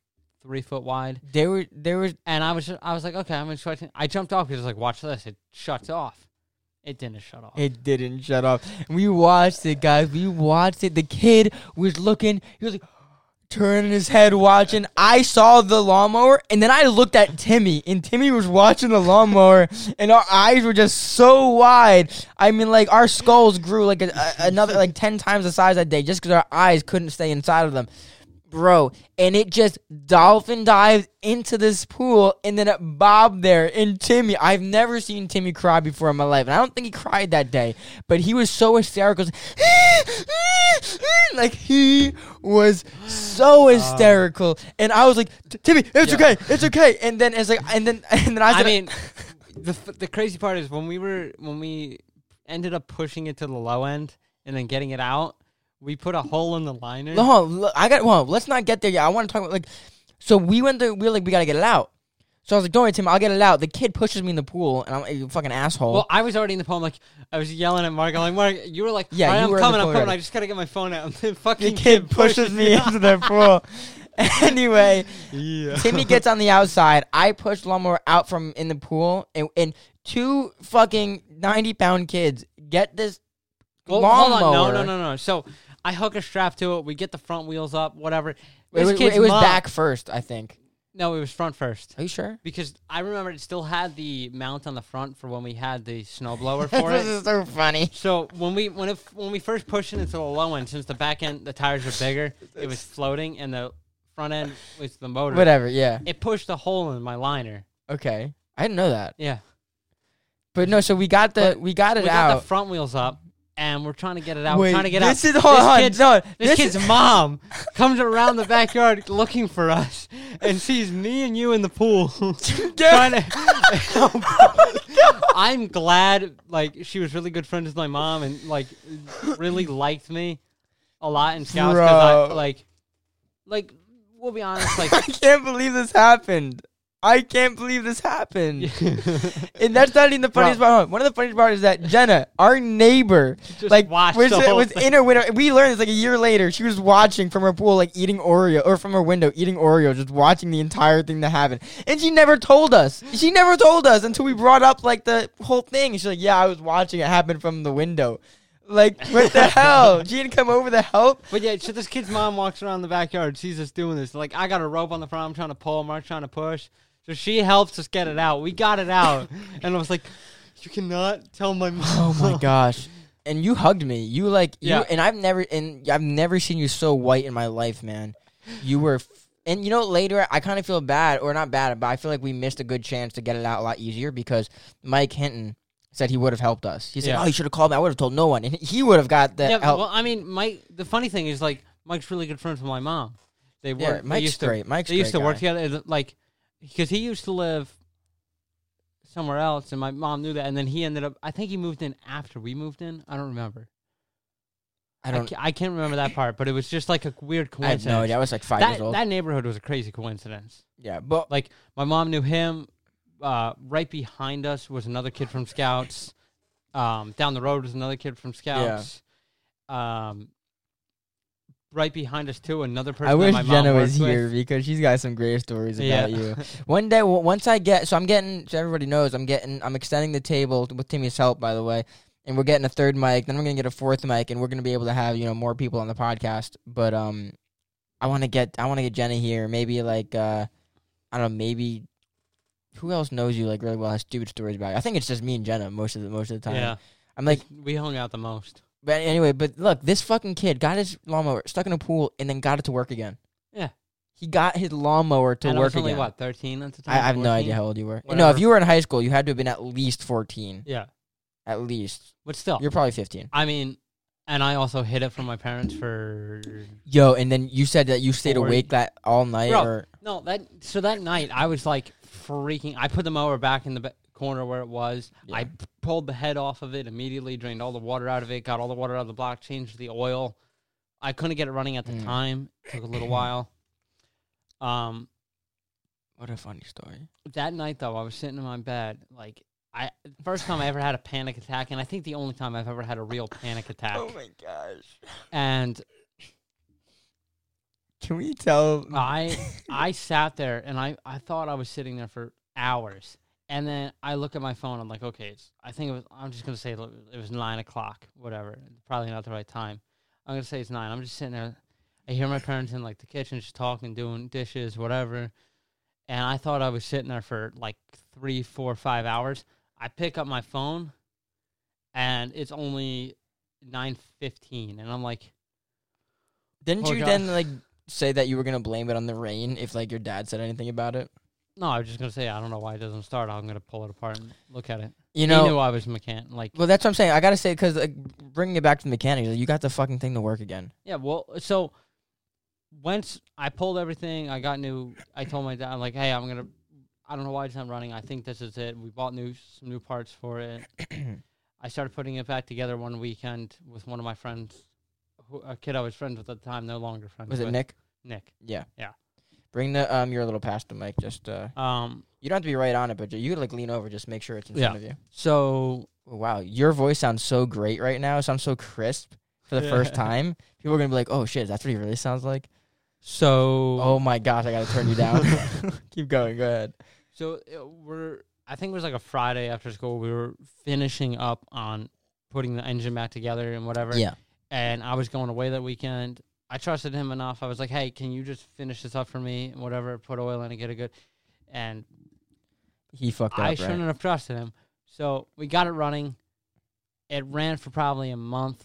three foot wide. They were they were And I was, I was like, okay, I'm expecting. I jumped off because I was like, watch this. It shuts off. It didn't shut off. It didn't shut off. We watched it, guys. We watched it. The kid was looking. He was like turning his head, watching. I saw the lawnmower, and then I looked at Timmy, and Timmy was watching the lawnmower, and our eyes were just so wide. I mean, like our skulls grew like a, a- another like ten times the size that day, just because our eyes couldn't stay inside of them. Bro, and it just dolphin dived into this pool and then it bobbed there. And Timmy, I've never seen Timmy cry before in my life. And I don't think he cried that day, but he was so hysterical. Like he was so hysterical. And I was like, Timmy, it's Uh, Yeah. okay, it's okay. And then it's like and then and then I I said mean, the f- the crazy part is when we were when we ended up pushing it to the low end and then getting it out. We put a hole in the liner. No, hold on, look, I got well. Let's not get there yet. I want to talk about like. So we went to. We were like, we gotta get it out. So I was like, don't worry, Tim. I'll get it out. The kid pushes me in the pool, and I'm like, you fucking asshole. Well, I was already in the pool. I'm like, I was yelling at Mark. I'm like, Mark, you were like, Yeah, yeah, you I'm were in the coming, I'm pool coming. already. I just gotta get my phone out. And the fucking the kid pushes me into the pool. anyway, Yeah. Timmy gets on the outside. I push Lumber out from in the pool, and, and two fucking ninety pound kids get this Well, lawnmower. Hold on. No, no, no, no. So I hook a strap to it. We get the front wheels up. Whatever. It This was, kid's it was mom- back first, I think. No, it was front first Are you sure? because I remember it still had the mount on the front for when we had the snowblower for this it. is so funny. So when we when it, when we first pushed it into the low end, since the back end the tires were bigger, it was floating, and the front end was the motor. Whatever. Yeah. It pushed a hole in my liner. Okay. I didn't know that. Yeah. But no, so we got the But we got it we out. got the front wheels up, and we're trying to get it out. we're trying to get this out. is hold this on. kid's, no, this kid's mom comes around the backyard looking for us and sees me and you in the pool. trying to, I'm glad, like she was really good friends with my mom and like really liked me a lot in scouts because I Bro. like, like we'll be honest, I can't believe this happened. I can't believe this happened. like. And that's not even the funniest part. Hold on. One of the funniest parts is that Jenna, our neighbor, Just like watched was, the whole was in her window. We learned this like a year later. She was watching from her pool, like eating Oreo, or from her window eating Oreo, just watching the entire thing that happened. And she never told us. She never told us until we brought up like the whole thing. And she's like, "Yeah, I was watching it happen from the window." Like, what the hell? She didn't come over to help. But yeah, so this kid's mom walks around the backyard, sees us doing this. Like, I got a rope on the front, I'm trying to pull, Mark's trying to push. So she helps us get it out. We got it out. and I was like, You cannot tell my mom. Oh my gosh. and you hugged me. You like you, Yeah. and I've never and I've never seen you so white in my life, man. You were, f- and you know later I kind of feel bad or not bad, but I feel like we missed a good chance to get it out a lot easier because Mike Hinton said he would have helped us. He said, Yeah. "Oh, you should have called me. I would have told no one, and he would have got the yeah, help." well, I mean, Mike. The funny thing is, like, Mike's really good friends with my mom. They yeah, work. they Mike's used to, great. Mike's They used to great work guy. together, and, like, because he used to live somewhere else, and my mom knew that. And then he ended up. I think he moved in after we moved in. I don't remember. I don't. ca- I can't remember that part, but it was just like a weird I, have coincidence. no idea. I was like five years that, old. that neighborhood was a crazy coincidence. yeah, but Like my mom knew him. Uh, right behind us was another kid from Scouts. Um, down the road was another kid from Scouts. Um, right behind us too, another person. I that wish my mom Jenna was worked here with. because she's got some great stories Yeah. about you. One day, w- once I get, so I'm getting, so everybody knows, I'm getting, I'm extending the table with Timmy's help, by the way, and we're getting a third mic. Then I'm gonna get a fourth mic, and we're gonna be able to have you know more people on the podcast. But um, I want to get, I want to get Jenna here. Maybe like, uh I don't know, maybe who else knows you like really well has stupid stories about you. I think it's just me and Jenna most of the most of the time. Yeah, I'm like, we hung out the most. but anyway, but look, this fucking kid got his lawnmower stuck in a pool and then got it to work again. Yeah. He got his lawnmower to and I work was only again. what thirteen at the time. I, I have no 14? idea how old you were. No, if Whatever. you were in high school, you had to have been at least 14. Yeah, Oh. At least. but still, You're probably 15. I mean, and I also hid it from my parents for Yo, and then you said that you stayed 40. awake that all night Bro. or No, that so that night I was like freaking. I put the mower back in the ba- corner where it was. Yeah. I p- pulled the head off of it immediately, drained all the water out of it, got all the water out of the block, changed the oil. I couldn't get it running at the Mm. time. took a little while. Um, What a funny story. that night though, I was sitting in my bed like. I first time I ever had a panic attack, and I think the only time I've ever had a real panic attack. Oh my gosh. And Can we tell I I sat there and I, I thought I was sitting there for hours. And then I look at my phone. I'm like, okay, it's, I think it was, I'm just going to say it was nine o'clock, whatever. Probably not the right time. I'm going to say it's nine. I'm just sitting there. I hear my parents in like the kitchen just talking, doing dishes, whatever. And I thought I was sitting there for like three, four, five hours. I pick up my phone and it's only 9.15. And I'm like, Didn't Oh, you God. then like say that you were going to blame it on the rain if like your dad said anything about it? no, I was just going to say, I don't know why it doesn't start. I'm going to pull it apart and look at it. You know, he knew I was a mechanic. Like, Well, that's what I'm saying. I gotta say because like bringing it back to the mechanic, you got the fucking thing to work again. yeah, well, so once I pulled everything, I got new. I told my dad, I'm like, hey, I'm gonna. I don't know why it's not running. I think this is it. We bought new some new parts for it. I started putting it back together one weekend with one of my friends, who, a kid I was friends with at the time, no longer friends. Was it with, Nick? Nick. Yeah. Yeah. Bring the um your little past the mic. Just uh, Um. you don't have to be right on it, but you could like lean over. Just make sure it's in front of you. So Oh, Wow, your voice sounds so great right now. It sounds so crisp for the first Yeah. time. People are gonna be like, "Oh shit, that's what he really sounds like." so Oh my gosh, I gotta turn you down. Keep going. Go ahead. So uh, we're, I think it was like a Friday after school. We were finishing up on putting the engine back together and whatever. Yeah. And I was going away that weekend. I trusted him enough. I was like, hey, can you just finish this up for me and whatever, put oil in and get it good. And He fucked I up. shouldn't Right? have trusted him. So we got it running. It ran for probably a month.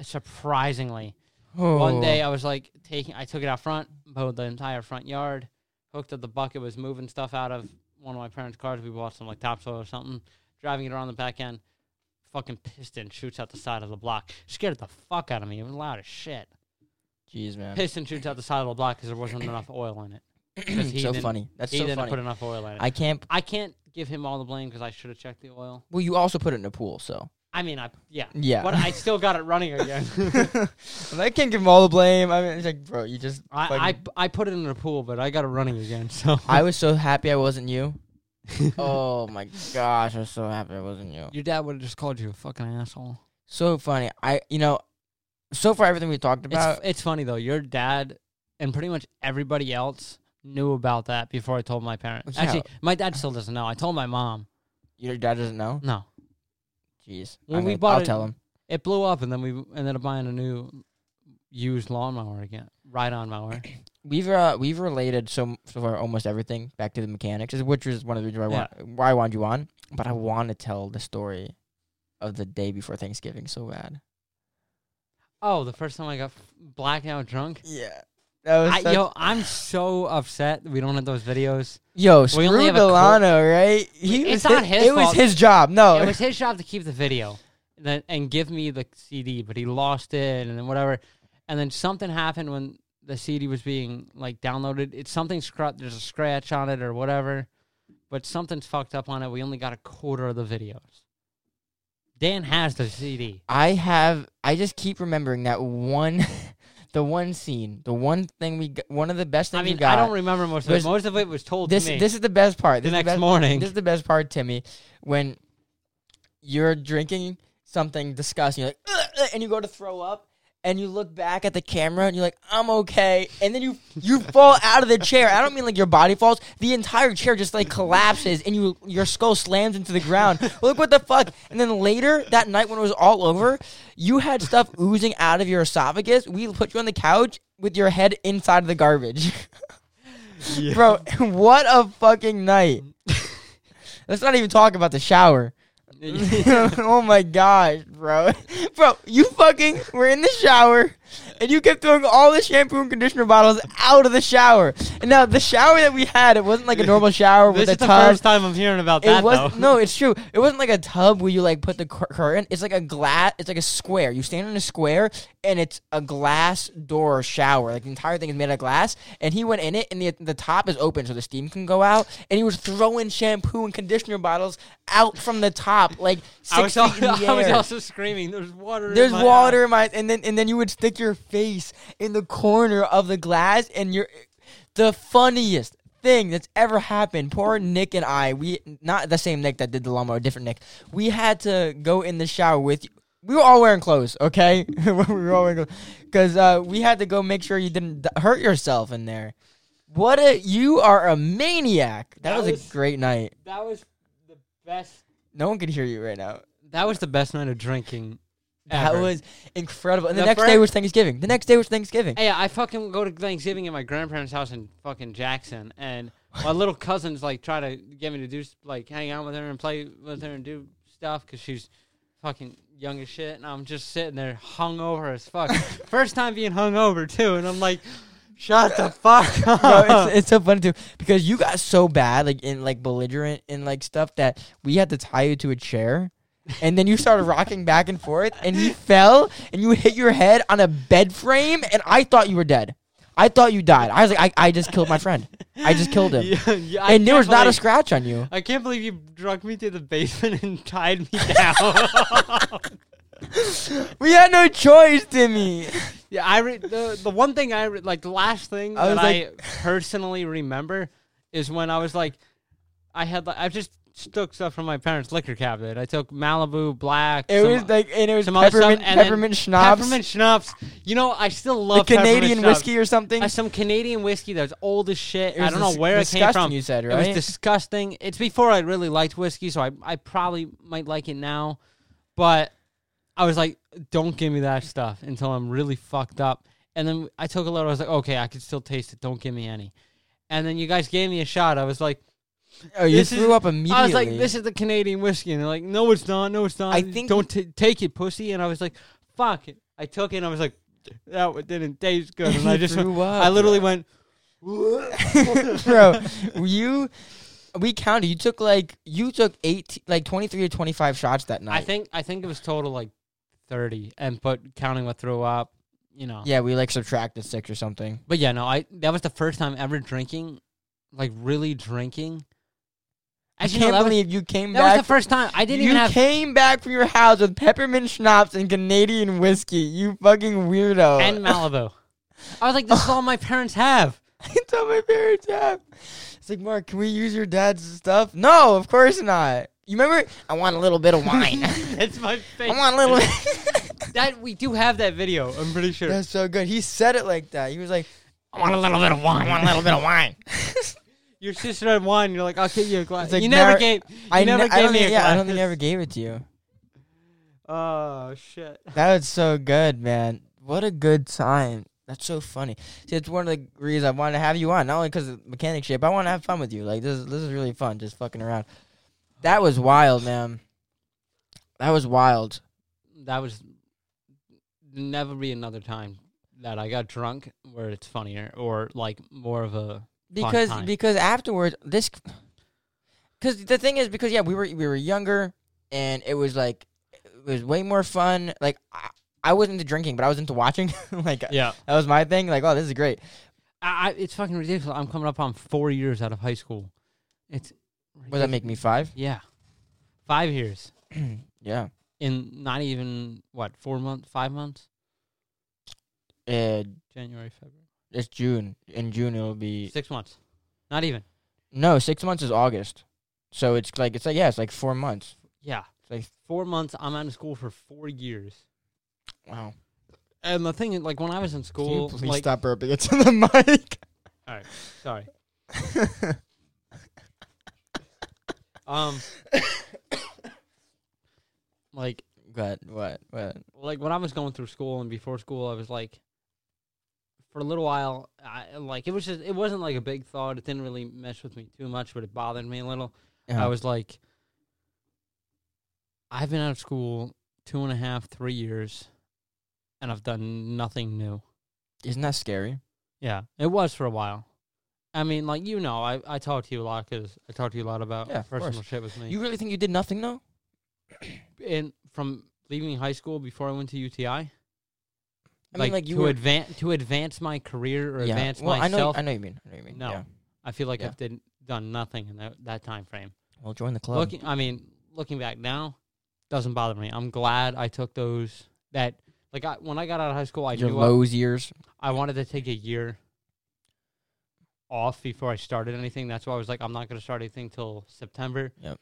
Surprisingly, Oh, one day I was like taking, I took it out front, mowed the entire front yard, hooked up the bucket, was moving stuff out of one of my parents' cars. We bought some like topsoil or something, driving it around the back end. Fucking piston shoots out the side of the block. Scared the fuck out of me. It was loud as shit. Jeez, man. Piston shoots out the side of the block because there wasn't enough oil in it. 'Cause he so didn't- funny. That's he so didn't funny. put enough oil in it. I, I can't. can't give him all the blame because I should have checked the oil. Well, you also put it in a pool, so I mean, I yeah, yeah. but I still got it running again. I can't give him all the blame. I mean, it's like, bro, you just. I, I I put it in the pool, but I got it running again. So I was so happy I wasn't you. oh my gosh, I was so happy I wasn't you. Your dad would have just called you a fucking asshole. So funny. I, you know, so far everything we talked It's, about. it's funny though. Your dad and pretty much everybody else knew about that before I told my parents. Yeah. Actually, my dad still doesn't know. I told my mom. your dad doesn't know. No, Jeez. When I'm we gonna- bought I'll it- tell him. it blew up, and then we ended up buying a new used lawnmower again, ride-on mower. We've uh, we've related so so far almost everything back to the mechanics, is- which was one of the reasons why I Yeah. want why I wanted you on. But I want to tell the story of the day before Thanksgiving so bad. Oh, the first time I got f- blackout drunk. Yeah. That was I, such- yo, I'm so upset that we don't have those videos. Yo, We screw only have a col- Delano, right? He It's was not hi- his It was fault. his job. No, It was his job to keep the video and, then, and give me the CD, but he lost it and then whatever. And then something happened when the CD was being like downloaded. It's something scratch. There's a scratch on it or whatever, but something's fucked up on it. We only got a quarter of the videos. Dan has the CD. I have. I just keep remembering that one, the one scene, the one thing we, got, one of the best things I we mean, I got. don't remember most of was- it. Most of it was told this to me this is the best part. the This is next best- morning. This is the best part, Timmy, when you're drinking something disgusting, you're like, "Ugh, ugh," and you go to throw up, and you look back at the camera, and you're like, I'm okay, and then you you fall out of the chair. I don't mean like your body falls; the entire chair just like collapses, and you your skull slams into the ground. look what the fuck! And then later that night, when it was all over, you had stuff oozing out of your esophagus. We put you on the couch with your head inside of the garbage. Bro, what a fucking night. Let's not even talk about the shower. oh my gosh, bro. Bro, you fucking were in the shower and you kept throwing all the shampoo and conditioner bottles out of the shower. And now the shower that we had, it wasn't like a normal shower This with a is the tub. first time I'm hearing about It that. was though. no, it's true. It wasn't like a tub where you like put the cur- curtain. It's like a glass. It's like a square. You stand in a square, and it's a glass door shower. Like the entire thing is made out of glass. And he went in it, and the the top is open, so the steam can go out. And he was throwing shampoo and conditioner bottles out from the top, like six I was, feet also, in the I was air. also screaming. There's water. There's in my water in my, and then and then you would stick your face in the corner of the glass, and you're the funniest thing that's ever happened. Poor Nick and I, we not the same Nick that did the lawnmower, different Nick. We had to go in the shower with. We were all wearing clothes, okay? we were all wearing clothes because uh, we had to go make sure you didn't d- hurt yourself in there. What a you are a maniac! That, That was, was- a great night. That was the best. No one could hear you right now. That was the best night of drinking. That ever. was incredible. And the, The next fir- day was Thanksgiving. The next day was Thanksgiving. Hey, I fucking go to Thanksgiving at my grandparents' house in fucking Jackson, and my little cousins like try to get me to do s- like hang out with her and play with her and do stuff because she's fucking young as shit, and I'm just sitting there hungover as fuck. First time being hungover too, and I'm like, shut the fuck up. Bro, it's, it's so funny too because you got so bad, like in like belligerent and like stuff that we had to tie you to a chair, and then you started rocking back and forth, and you fell and you hit your head on a bed frame, and I thought you were dead. I thought you died. I was like, I, I just killed my friend. I just killed him, Yeah, yeah, I and there can't was not a believe- scratch on you. I can't believe you dragged me to the basement and tied me down. We had no choice, Timmy. yeah, I re- the the one thing I re- like the last thing I was that like- I personally remember is when I was like, I had like I just took stuff from my parents' liquor cabinet. I took Malibu Black. It some- was like, and it was some other stuff, peppermint, and then peppermint schnapps, Peppermint schnapps. You know, I still the love Canadian peppermint schnapps. whiskey or something. Uh, some Canadian whiskey that was old as shit. It I was don't know dis- where it came disgusting, from. you said, It right? was disgusting. It's before I really liked whiskey, so I, I probably might like it now. But I was like, don't give me that stuff until I'm really fucked up. And then I took a little. I was like, okay, I can still taste it. Don't give me any. And then you guys gave me a shot. I was like, oh, you this is- threw up immediately. I was like, this is the Canadian whiskey. And they're like, no, it's not. No, it's not. I think- don't t- take it, pussy. And I was like, fuck it. I took it. and I was like, that w- didn't taste good. And I You just, went- threw up, I literally bro. went. bro you we counted you took like you took 18 like 23 or 25 shots that night I think I think it was total like thirty, and but counting what threw up, you know. yeah we like subtracted six or something But yeah, no, I that was the first time ever drinking, like really drinking. i Actually, can't no, that, was, believe you came that was back the first time I didn't you even have. came back from your house with peppermint schnapps and Canadian whiskey. You fucking weirdo. And Malibu, I was like, this is all my parents have. That's all my parents have. It's like, Mark, can we use your dad's stuff? No, of course not. You remember? I want a little bit of wine. That's my I face. want a little. That we do have that video. I'm pretty sure. That's so good. He said it like that. He was like, I want a little bit of I wine. want a little bit of wine. Your sister had wine. You're like, I'll get you a glass. It's like you never nar- gave. You I never ne- gave I don't me think, a yeah, glass. I don't think I ever gave it to you. Oh shit. That was so good, man. What a good time. That's so funny. See, it's one of the reasons I wanted to have you on, not only because of the mechanic shit, but I want to have fun with you. Like this, is, this is really fun, just fucking around. That was wild, man. That was wild. That was never be another time that I got drunk where it's funnier or like more of a Because time. because afterwards this cuz the thing is because yeah, we were we were younger and it was like it was way more fun. Like I, I wasn't into drinking, but I was into watching. like yeah. that was my thing. Like, oh, this is great. I, I, it's fucking ridiculous. I'm coming up on four years out of high school. It's What does that ridiculous. make me 5? Yeah, five years yeah. in not even what four months, five months, Uh, January, February, it's June. In June it'll be six months, not even. No, 6 months is August. So it's like it's like yeah, it's like 4 months. Yeah, It's like four months. I'm out of school for four years. wow. And the thing, is, like when I was in school, Can you please like stop burping into the mic? sorry, um, like What? What? What? like when I was going through school and before school, I was like, for a little while, I like it was just it wasn't like a big thought. It didn't really mess with me too much, but it bothered me a little. I was like, I've been out of school two and a half, three years, and I've done nothing new. Isn't that scary? Yeah, it was for a while. I mean, like you know, I I talk to you a lot because I talk to you a lot about Yeah, of course. personal shit with me. You really think you did nothing though? and from leaving high school before I went to UTI. I like, mean, like you to were. advance to advance my career or yeah. advance well, myself. I know. I know you mean. I know you mean. No. Yeah. I feel like Yeah. I've did, done nothing in that, that time frame. Well, join the club. Looking, I mean, looking back now, doesn't bother me. I'm glad I took those. That like I, when I got out of high school, I Your knew Lowe's years. I, I wanted to take a year off before I started anything. That's why I was like, I'm not going to start anything till September. Yep.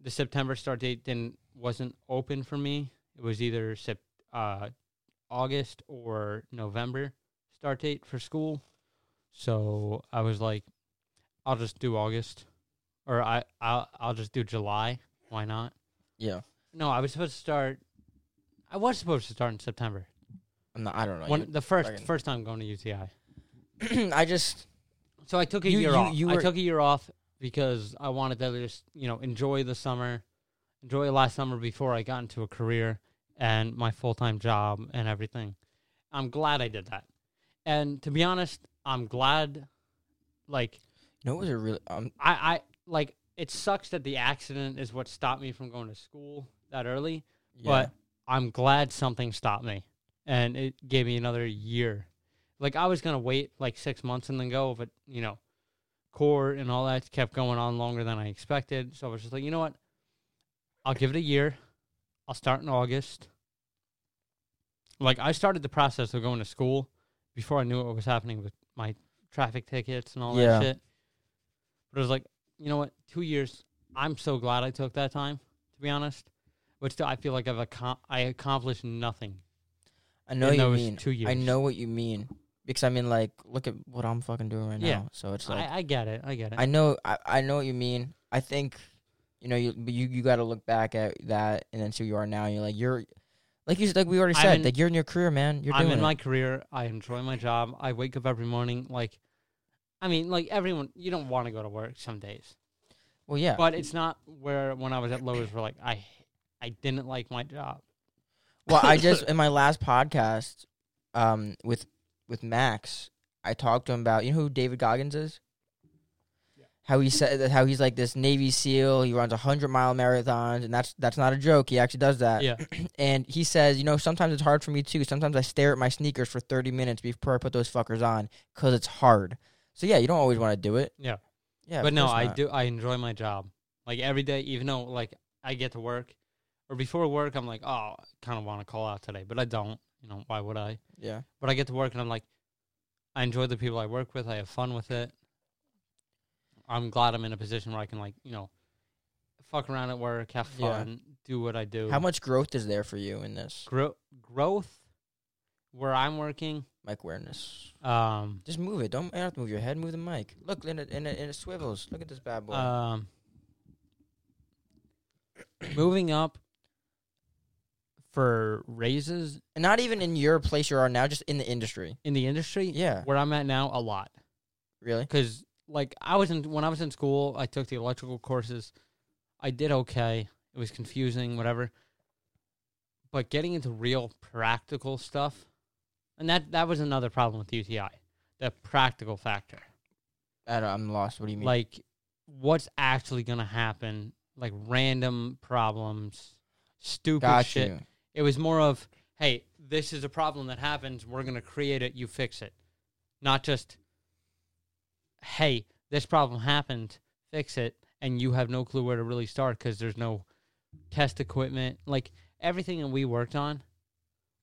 The September start date didn't wasn't open for me. It was either sep- uh, August or November start date for school. So I was like, I'll just do August, or I I'll, I'll just do July. Why not? Yeah. No, I was supposed to start. I was supposed to start in September. I'm not, I don't know. When, the first fucking- first time going to UTI. you- I just. So I took a You- year you- off. you I were- took a year off because I wanted to just you know enjoy the summer, enjoy last summer before I got into a career and my full time job and everything. I'm glad I did that, and to be honest, I'm glad. Like No, it was a really. Um. I, I like it sucks that the accident is what stopped me from going to school that early, Yeah. but I'm glad something stopped me and it gave me another year. Like I was gonna wait like six months and then go, but you know, core and all that kept going on longer than I expected. So I was just like, you know what? I'll give it a year. I'll start in August. Like I started the process of going to school before I knew what was happening with my traffic tickets and all Yeah. that shit. But it was like, you know what? Two years. I'm so glad I took that time. To be honest, which I feel like I've accom- I accomplished nothing I know in you those mean. two years. I know what you mean because I mean, like, look at what I'm fucking doing right Yeah. now. So it's like. I, I get it. I get it. I know I, I know what you mean. I think you know you but you, you got to look back at that and then see who you are now. And you're like you're like you s- like we already I'm said in- like you're in your career, man. You're I'm doing in it. my career. I enjoy my job. I wake up every morning like, I mean, like everyone. You don't want to go to work some days, well, yeah. but it's not where when I was at Lowe's, we're like I, I didn't like my job. Well, I just in my last podcast um with with Max, I talked to him about you know who David Goggins is. How he said that how he's like this Navy SEAL. He runs a hundred mile marathons, and that's that's not a joke. He actually does that. Yeah, and he says, you know, sometimes it's hard for me too. Sometimes I stare at my sneakers for 30 minutes before I put those fuckers on because it's hard. So yeah, you don't always want to do it. Yeah. Yeah. but of no, course I not. do. I enjoy my job. Like every day, even though like I get to work, or before work, I'm like, oh, I kind of want to call out today, but I don't. You know, why would I? Yeah. But I get to work and I'm like, I enjoy the people I work with. I have fun with it. I'm glad I'm in a position where I can like, you know, fuck around at work, have Yeah. fun, do what I do. How much growth is there for you in this? Grow- growth where I'm working? Mic awareness. Um, Just move it. Don't, you don't have to move your head. Move the mic. Look, in it, in it, in it swivels. Look at this bad boy. um, moving up for raises and not even in your place you are now, just in the industry. in the industry Yeah. where I'm at now a lot. Really? because like I was in when I was in school, I took the electrical courses. I did okay. It was confusing, whatever. but getting into real practical stuff, and that that was another problem with UTI, the practical factor. I don't, I'm lost. What do you mean? Like, what's actually gonna happen? Like random problems, stupid Got shit. you. It was more of, hey, this is a problem that happens. We're going to create it. You fix it. Not just, hey, this problem happened. Fix it. And you have no clue where to really start because there's no test equipment. Like everything that we worked on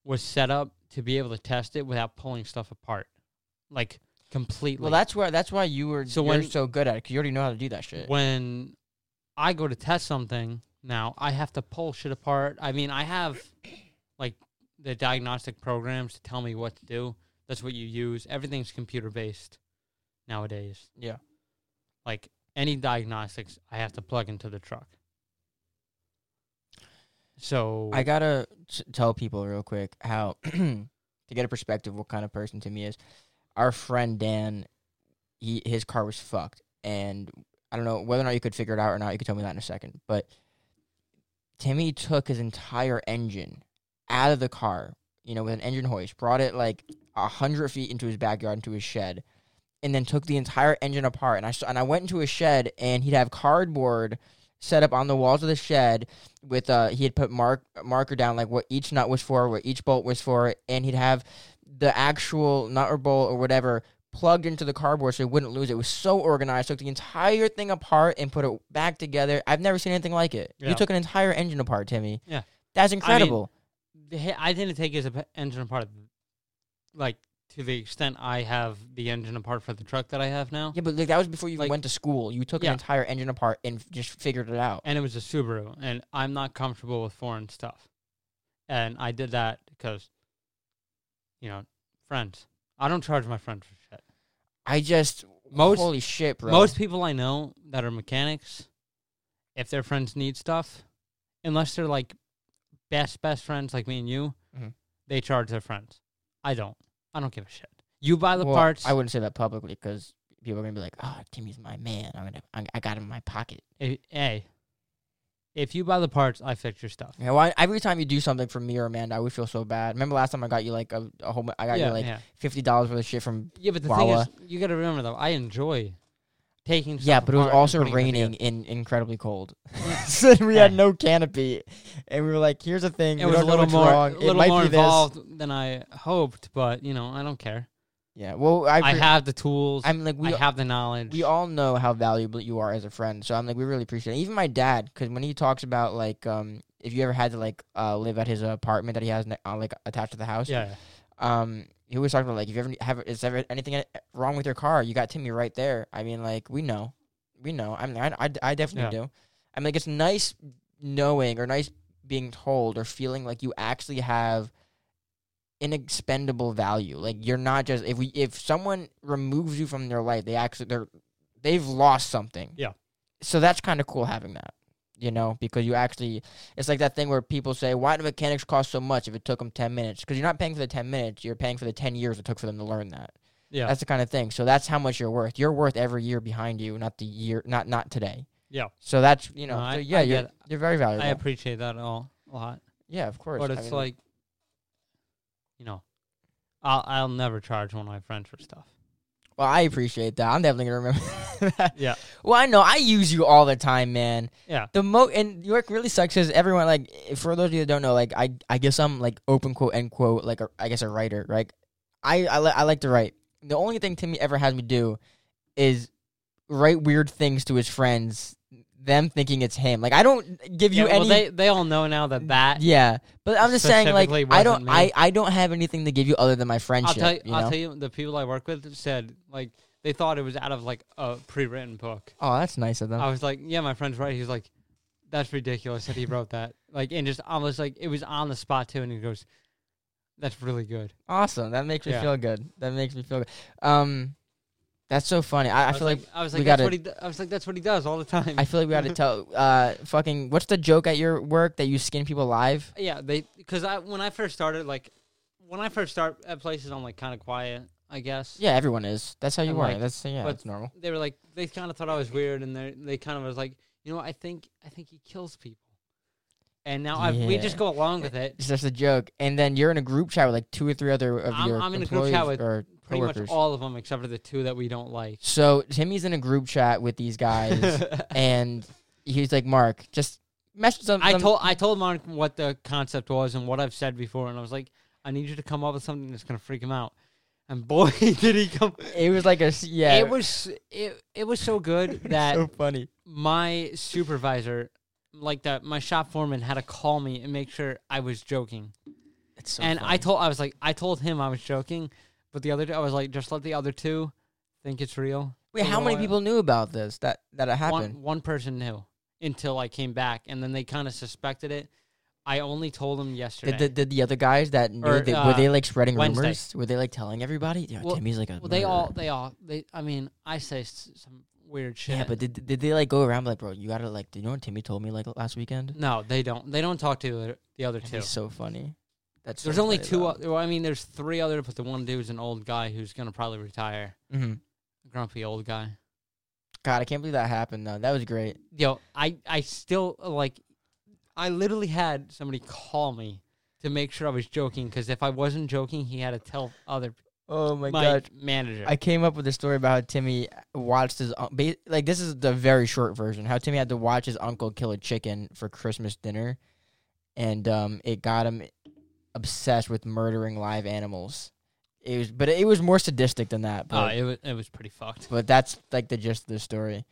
was set up to be able to test it without pulling stuff apart. Like completely. Well, that's where that's why you were So so you're when- so good at it because you already know how to do that shit. when I go to test something now, I have to pull shit apart. I mean, I have like the diagnostic programs to tell me what to do. That's what you use. Everything's computer based nowadays. Yeah. Like any diagnostics, I have to plug into the truck. So I gotta s- tell people real quick how to get a perspective what kind of person Timmy is. Our friend Dan, he his car was fucked, and I don't know whether or not you could figure it out or not. You could tell me that in a second, but Timmy took his entire engine out of the car, you know, with an engine hoist, brought it like a hundred feet into his backyard, into his shed, and then took the entire engine apart. And I saw, and I went into his shed, and he'd have cardboard set up on the walls of the shed with uh he had put mark marker down like what each nut was for, what each bolt was for, and he'd have the actual nut or bolt or whatever plugged into the cardboard so it wouldn't lose. It It was so organized. Took the entire thing apart and put it back together. I've never seen anything like it. Yeah. You took an entire engine apart, Timmy. Yeah. That's incredible. the- I didn't take his ap- engine apart like to the extent I have the engine apart for the truck that I have now. yeah, but like, that was before you even Like- went to school. You took Yeah. an entire engine apart and f- just figured it out. and it was a Subaru, and I'm not comfortable with foreign stuff. And I did that because, you know, friends. I don't charge my friends for shit. I just Most- holy shit, bro. Most people I know that are mechanics, if their friends need stuff, unless they're like best best friends like me and you, Mhm. they charge their friends. I don't. I don't give a shit. You buy the Well, parts. I wouldn't say that publicly because people are gonna be like, "Oh, Timmy's my man. I'm gonna, I, I got him in my pocket." I- eh, hey, if you buy the parts, I fix your stuff. Yeah, well, every time you do something for me or Amanda, I would feel so bad. Remember last time I got you like a, a whole, I got you like yeah. fifty dollars worth of shit from. Yeah, but the Wawa. thing is, you got to remember though. I enjoy taking. Yeah, stuff but it was apart and also putting it together. raining and incredibly cold, so we had no canopy, and we were like, "Here's the thing, It we was a don't know little what's more, wrong. a it little might more be this." involved than I hoped, but you know, I don't care. Yeah, well, I, I pre- have the tools. i I'm like we have the knowledge. we all know how valuable you are as a friend. So I'm like, we really appreciate it. Even my dad, because when he talks about like, um, if you ever had to like uh, live at his apartment that he has ne- uh, like attached to the house, yeah, um, he was talking about like, if you ever have, is ever anything wrong with your car? You got Timmy right there. I mean, like, we know, we know. I mean, I, I, I definitely do. I mean, like, it's nice knowing or nice being told or feeling like you actually have inexpendable value. Like, you're not just if we if someone removes you from their life, they actually they're they've lost something. Yeah. So that's kind of cool having that. You know, because you actually, it's like that thing where people say, "Why do mechanics cost so much if it took them ten minutes?" Because you're not paying for the ten minutes; you're paying for the ten years it took for them to learn that. yeah, That's the kind of thing. So that's how much you're worth. You're worth every year behind you, not the year, not not today. yeah. So that's you know, No, I- so yeah, I you're get it. you're very valuable. I appreciate that all a lot, yeah, of course. but I it's mean, like, you know, I'll I'll never charge one of my friends for stuff. well, I appreciate that. I'm definitely gonna remember that. Yeah, Well, I know I use you all the time, man. yeah, The mo and York really sucks is everyone like for those of you that don't know, like I I guess I'm like open quote end quote like a, I guess a writer, right? I I, li- I like to write. The only thing Timmy ever has me do is write weird things to his friends, them thinking it's him. Like I don't give yeah. you well, any. they they all know now that that. yeah, but I'm just saying, like Specifically I don't wasn't me. I I don't have anything to give you other than my I'll friendship. tell you, you I'll know? tell you. The people I work with said like they thought it was out of like a pre-written book. oh, that's nice of them. I was like, yeah, my friend's right. He was like, that's ridiculous that he wrote that. Like, and just almost like it was on the spot too. And he goes, that's really good. awesome. That makes me Yeah. feel good. That makes me feel good. Um, that's so funny. I, I, was feel like I was we like, that's gotta- what he. Do- I was like, that's what he does all the time. I feel like we got to tell uh fucking what's the joke at your work that you skin people alive? yeah, they because I when I first started, like when I first start at places, I'm like kind of quiet, I guess. Yeah, everyone is. That's how you I'm are. like, that's yeah, but- that's normal. They were like, they kind of thought I was weird, and they they kind of was like, you know, I think I think he kills people. and now I've, we Yeah. Eh, just go along with it. It's just a joke. And then you're in a group chat with like two or three other of I'm- your I'm in a group employees chat with or Pretty much coworkers. all of them except for the two that we don't like. so Timmy's in a group chat with these guys, and he's like, "Mark, just message them." I them- told I told Mark what the concept was and what I've said before, and I was like, I need you to come up with something that's gonna freak him out. And boy, did he come! It was like a s- yeah. It was it it was so good that so funny. my supervisor, like that, my shop foreman had to call me and make sure I was joking. It's so and I told I was like I told him I was joking, but the other I was like just let the other two think it's real. Wait, how many people knew about this? That that it happened. One, one person knew until I came back, and then they kind of suspected it. I only told them yesterday. Did, did, did the other guys that knew Or, they, uh, were they like spreading Wednesday. rumors? Were they like telling everybody? Yeah, Well- Timmy's like a. Well, they all, murderer. they all, they. I mean, I say s- some weird shit. Yeah, but did, did they like go around like, bro? You gotta like, do you know what Timmy told me like last weekend? no, they don't. They don't talk to the other- the other That'd two. be so funny. That's There's only two. oth- Well, I mean, there's three other, but the one dude's an old guy who's gonna probably retire. mm-hmm. Grumpy old guy. God, I can't believe that happened though. That was great. Yo, I, I still like. I literally had somebody call me to make sure I was joking because if I wasn't joking, he had to tell other Oh my, my god. manager. I came up with a story about how Timmy watched his un- ba- like this is the very short version. How Timmy had to watch his uncle kill a chicken for Christmas dinner, and um, it got him obsessed with murdering live animals. It was, but it was more sadistic than that. oh, But, it was it was pretty fucked. but that's like the gist of the story.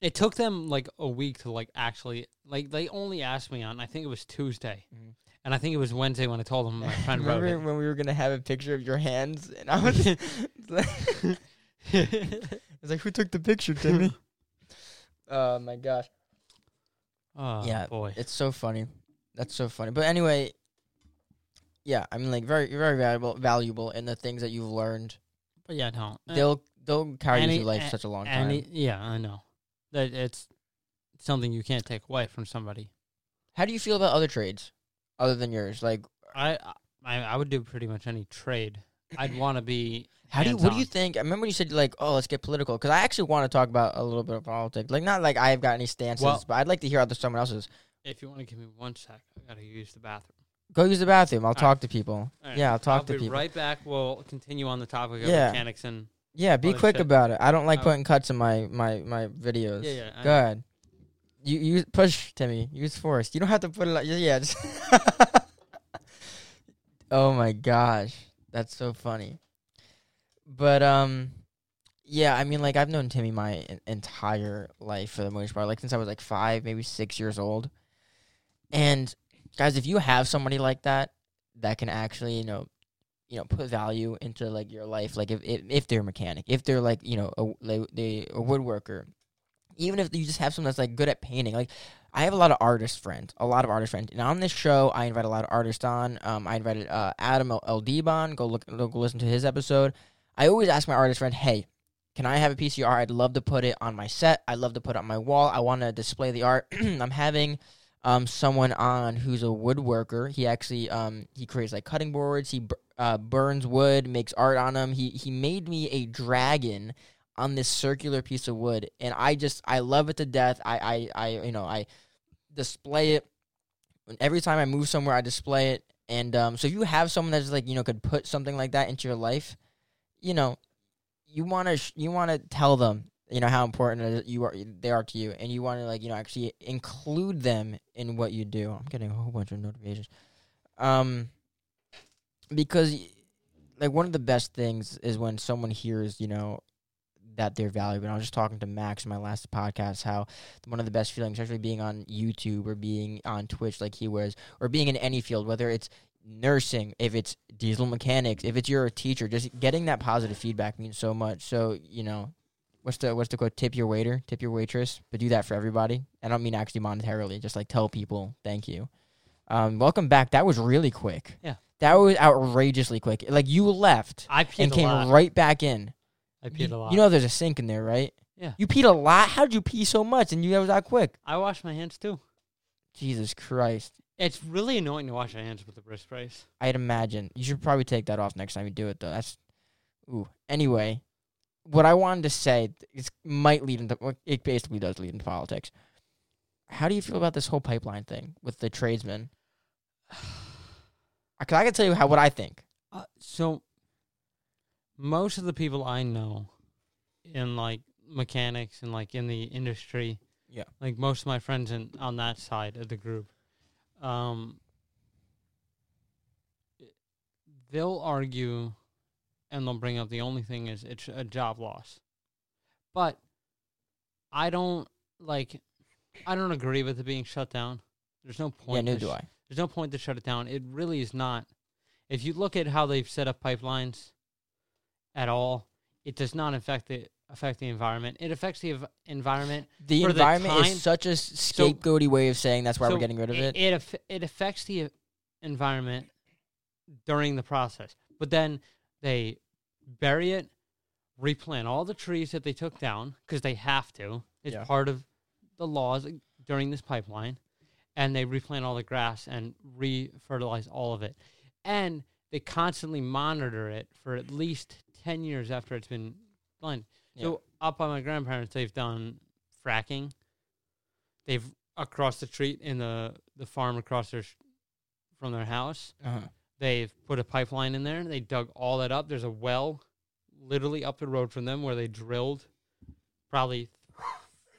It took them like a week to like actually like they only asked me on I think it was Tuesday, Mhm. and I think it was Wednesday when I told them my friend wrote Remember it. when we were gonna have a picture of your hands, and I was, I was like, "Who took the picture, Timmy?" oh my gosh, Oh Yeah. boy, it's so funny. That's so funny. But anyway, yeah, I mean, like very, very valuable, valuable in the things that you've learned. but yeah, no, Uh, They'll they'll carry any- you through life a- such a long and time. it- yeah, I know that it's something you can't take away from somebody. How do you feel about other trades other than yours? Like, I I, I would do pretty much any trade. I'd want to be. how do you, what do you hands-on. think? I remember you said like, oh, let's get political because I actually want to talk about a little bit of politics. Like, not like I've got any stances, Well- but I'd like to hear other someone else's. If you want to give me one sec, I gotta use the bathroom. Go use the bathroom. I'll All right. talk to people. All right, Yeah, I'll talk I'll to be people. right back. We'll continue on the topic of Yeah. mechanics and Yeah, be Other quick shit. about it. I don't like Oh. putting cuts in my my my videos. yeah, yeah. I- Go ahead. You you push Timmy. Use force. You don't have to put a lot. Yeah. yeah just oh my gosh, that's so funny. But um, yeah. I mean, like I've known Timmy my en- entire life for the most part. Like since I was like five, maybe six years old. And guys, if you have somebody like that that can actually, you know, you know, put value into like your life, like if if, if they're a mechanic, if they're like you know a, they, they a woodworker, even if you just have someone that's like good at painting like i have a lot of artist friends a lot of artist friends and on this show i invite a lot of artists on um, i invited uh, adam L- eldebon go look go listen to his episode i always ask my artist friend hey can i have a piece of your art i'd love to put it on my set i'd love to put it on my wall i want to display the art i'm having um, someone on who's a woodworker he actually um, he creates like cutting boards he bur- uh, burns wood makes art on them he, he made me a dragon on this circular piece of wood and i just i love it to death i i, I you know i display it and every time i move somewhere i display it and um, so if you have someone that's like you know could put something like that into your life you know you want to sh- you want to tell them you know how important it is- you are they are to you and you want to like you know actually include them in what you do i'm getting a whole bunch of notifications um because like one of the best things is when someone hears you know that they're valuable. And I was just talking to Max in my last podcast how one of the best feelings, especially being on YouTube or being on Twitch like he was, or being in any field, whether it's nursing, if it's diesel mechanics, if it's you're a teacher, just getting that positive feedback means so much. So, you know, what's the what's the quote? Tip your waiter, tip your waitress, but do that for everybody. I don't mean actually monetarily, just like tell people thank you. Um, welcome back. That was really quick. Yeah. That was outrageously quick. Like you left I peed and a came lot. right back in. I peed You- a lot. You know there's a sink in there, right? Yeah. You peed a lot? How'd you pee so much and you that was that quick? I wash my hands too. Jesus Christ. It's really annoying to wash your hands with a wrist brace. I'd imagine. You should probably take that off next time you do it though. That's ooh. Anyway, what I wanted to say is might lead into it basically does lead into politics. how do you feel about this whole pipeline thing with the tradesmen? Because I can tell you how what I think. Uh, so most of the people I know in like mechanics and like in the industry, Yeah. like most of my friends in on that side of the group, um, they'll argue and they'll bring up the only thing is it's a job loss, but I don't like, I don't agree with it being shut down. There's no point. yeah, neither to do sh- I. there's no point to shut it down. It really is not. If you look at how they've set up pipelines at all, it does not affect the affect the environment. It affects the ev- environment. The For the environment time- is such a scapegoaty way of saying that's why So we're getting rid of it. It it, aff- it affects the environment during the process. But then they bury it, replant all the trees that they took down because they have to. It's Yeah. part of the laws during this pipeline, and they replant all the grass and re-fertilize all of it, and they constantly monitor it for at least ten years after it's been done. Yeah. So up by my grandparents, they've done fracking. They've across the street in the the farm across their sh- from their house. Uh-huh. They've put a pipeline in there. They dug all that up. There's a well, literally up the road from them, where they drilled, probably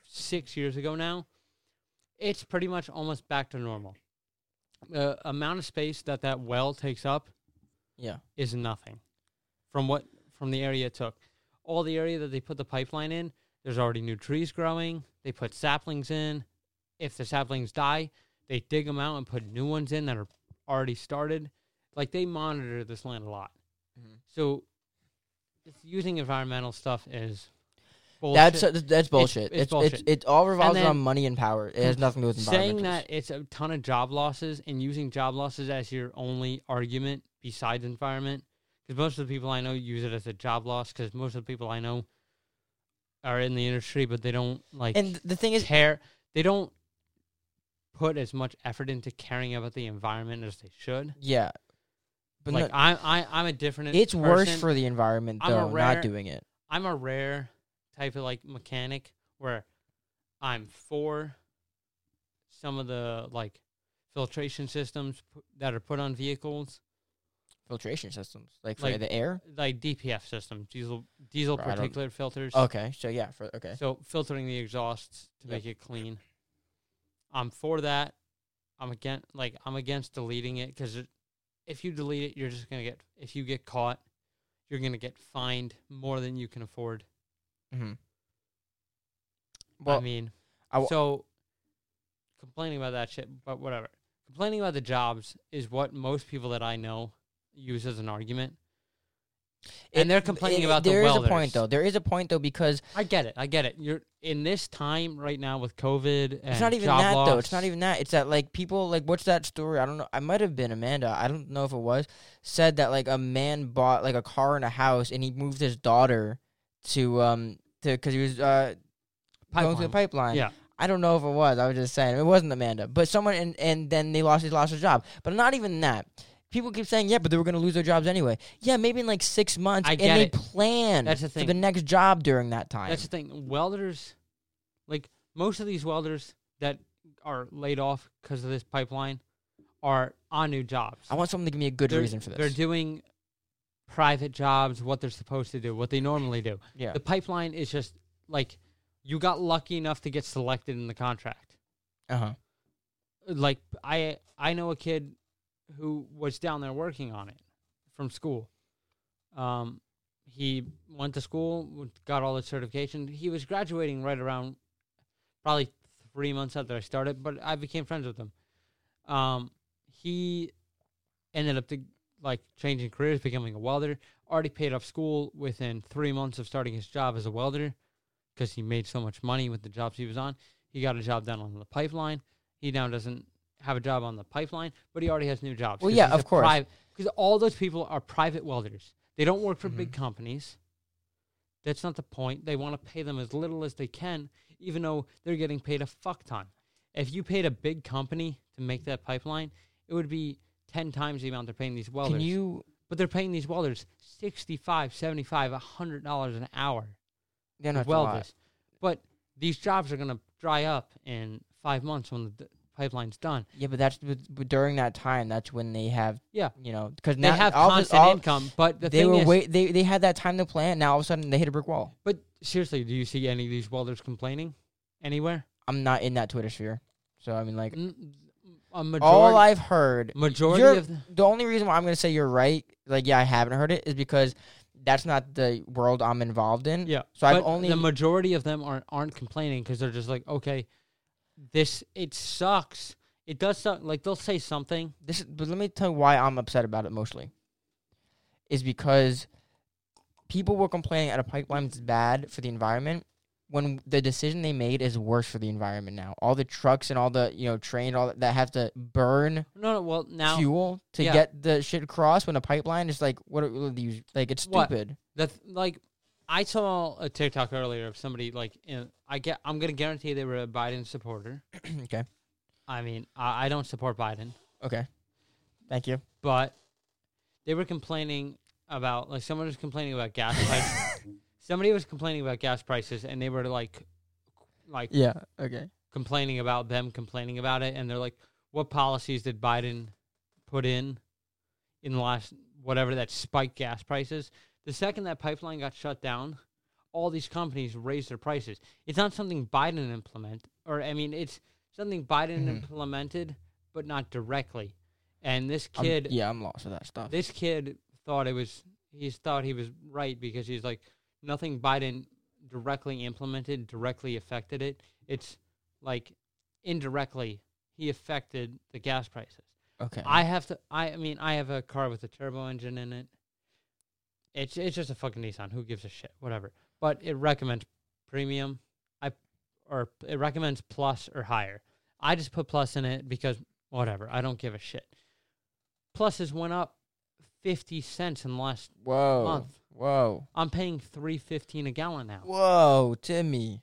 six years ago now. It's pretty much almost back to normal. The amount of space that that well takes up Yeah. is nothing from what from the area it took. All the area that they put the pipeline in, there's already new trees growing. They put saplings in. If the saplings die, they dig them out and put new ones in that are already started. Like they monitor this land a lot. Mhm. So it's using environmental stuff is bullshit. That's uh, that's bullshit. it's It's, it's, bullshit. it all revolves then- around money and power. It has nothing to do with saying environmentalists. that it's a ton of job losses and using job losses as your only argument besides environment because most of the people i know use it as a job loss because most of the people i know are in the industry but they don't like And the thing is, care they don't put as much effort into caring about the environment as they should yeah, but like no, I, I i'm a different it's worse person. for the environment I'm a though rare- not doing it. I'm a rare type of like mechanic where I'm for some of the like filtration systems p- that are put on vehicles, Filtration systems, like for Like- the air. like DPF systems, diesel diesel Bro, I don't- particulate filters. Okay, so yeah, for okay, So filtering the exhausts to Yep. make it clean. I'm for that. I'm against like I'm against deleting it because it, if you delete it, you're just gonna get if you get caught, you're gonna get fined more than you can afford. hmm well, I mean, I w- so complaining about that shit, but whatever. Complaining about the jobs is what most people that I know use as an argument. and they're complaining about the There is a point welders. though. There is a point though because I get it. I get it. You're in this time right now with COVID. And it's not even job that though. It's loss. not even that. It's that like people like what's that story? I don't know. I might have been Amanda. I don't know if it was said that like a man bought like a car and a house and he moved his daughter to um to because he was uh going through the pipeline. Yeah. I don't know if it was. I was just saying it wasn't Amanda, but someone and and then they lost he lost his job. But not even that. People keep saying, "Yeah, but they were going to lose their jobs anyway." Yeah, maybe in like six months, I and get they it. plan That's the for the thing. next job during that time. That's the thing. Welders, like most of these welders that are laid off because of this pipeline, are on new jobs. I want someone to give me a good They're- reason for They're this. doing private jobs, what they're supposed to do, what they normally do. Yeah, The pipeline is just like you got lucky enough to get selected in the contract. uh huh. Like I I know a kid who was down there working on it from school. Um he went to school, w- got all the certification. He was graduating right around probably 3 months after I started, but I became friends with him. Um he ended up to like changing careers, becoming a welder. Already paid off school within three months of starting his job as a welder because he made so much money with the jobs he was on. He got a job down on the pipeline. He now doesn't have a job on the pipeline, but he already has new jobs. Well, yeah, of course. Because all those people are private welders. They don't work for big Mm-hmm. companies. That's not the point. They want to pay them as little as they can, even though they're getting paid a fuck ton. If you paid a big company to make that pipeline, it would be 10 times the amount they're paying these welders. Can you? but they're paying these welders 65 75 $100 an hour. Yeah, no, to it's a lot. weld this. But these jobs are going to dry up in five months when the d- pipeline's done. Yeah, but that's but but during that time. That's when they have. Yeah. you know, because They now have all of a- constant all- income, but the they thing were is, wait. They they had that time to plan. Now all of a sudden they hit a brick wall. but seriously, do you see any of these welders complaining anywhere? I'm not in that Twitter sphere, so I mean, like N- A majority, all I've heard. majority you're- of the, The only reason why I'm gonna say you're right, like yeah, I haven't heard it, is because that's not the world I'm involved in. yeah. So I've but only the majority of them aren't aren't complaining because they're just like, okay, this it sucks. It does suck. Like they'll say something. this. is- But let me tell you why I'm upset about it mostly. Is because people were complaining at a pipeline is bad for the environment when the decision they made is worse for the environment now. All the trucks and all the you know trains all that, that have to burn No, no. Well, now fuel to yeah. get the shit across when a pipeline is like what are these like it's What? stupid. That's like I saw a TikTok earlier of somebody like in, I get I'm gonna guarantee they were a Biden supporter. okay. I mean, I, I don't support Biden, Okay. Thank you. but they were complaining about like someone was complaining about gas prices. somebody was complaining about gas prices, and they were like, like Yeah. Okay. complaining about them complaining about it, and they're like, what policies did Biden put in in the last whatever that spiked gas prices? The second that pipeline got shut down, all these companies raised their prices. It's not something Biden implement, or I mean, it's something Biden Mhm. implemented, but not directly. And this kid, yeah, I'm lost with that stuff. this kid thought it was he thought he was right because he's like nothing Biden directly implemented directly affected it. It's like indirectly he affected the gas prices. okay. I have to I, I mean I have a car with a turbo engine in it. It's it's just a fucking Nissan. Who gives a shit? Whatever. But it recommends premium. I or it recommends plus or higher. I just put plus in it because whatever. I don't give a shit. Plus has went up 50 cents in the last whoa. month. Whoa. I'm paying 3.15 a gallon now. Whoa, Timmy.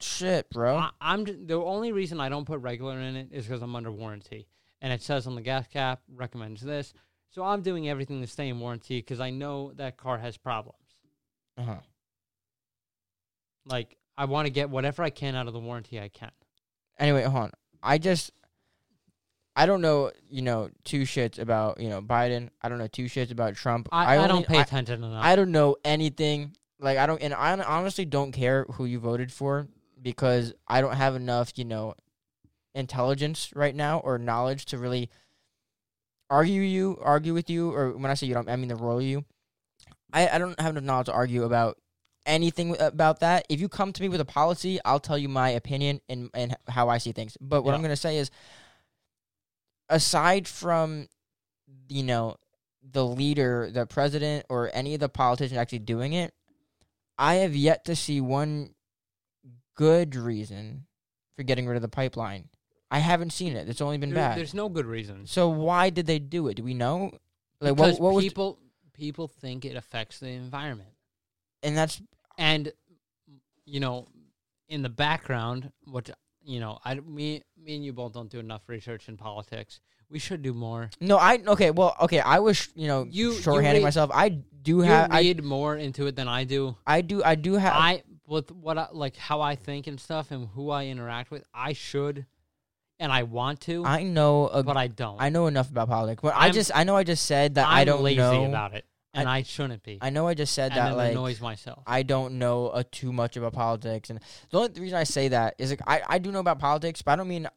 Shit, bro. I, I'm j- the only reason I don't put regular in it is because I'm under warranty, and it says on the gas cap recommends this. So I'm doing everything to stay in warranty because I know that car has problems. uh-huh. Like I want to get whatever I can out of the warranty I can. Anyway, hold on. I just I don't know, you know, two shits about, you know, Biden. I don't know two shits about Trump. I, I, only- don't pay I, attention enough. I don't know anything. Like I don't, and I hon- honestly don't care who you voted for because I don't have enough, you know, intelligence right now or knowledge to really argue you, argue with you, or when I say you, don't, I mean the royal you. I I don't have enough knowledge to argue about anything about that. If you come to me with a policy, I'll tell you my opinion and and how I see things. But what I'm Yeah. gonna say is, aside from, you know, the leader, the president, or any of the politicians actually doing it, I have yet to see one good reason for getting rid of the pipeline. I haven't seen it. It's only been There- bad. There's no good reason. So why did they do it? Do we know? Like because what, what was people people think it affects the environment, and that's and you know, in the background, what you know, I me me and you both don't do enough research in politics. We should do more. no. I okay. Well, okay. I was you know You- you shorthanding read- myself. I do you have. I read more into it than I do. I do. I do have. I with what I, like how I think and stuff and who I interact with. I should, and I want to, I know. A, but I don't. I know enough about politics. But i I'm- just. I know. I just said that I I'm don't lazy know. about it, and I, shouldn't be. I know. I just said and that it like annoys myself. I don't know uh, too much about politics, and the only reason I say that is like I, I do know about politics, but I don't mean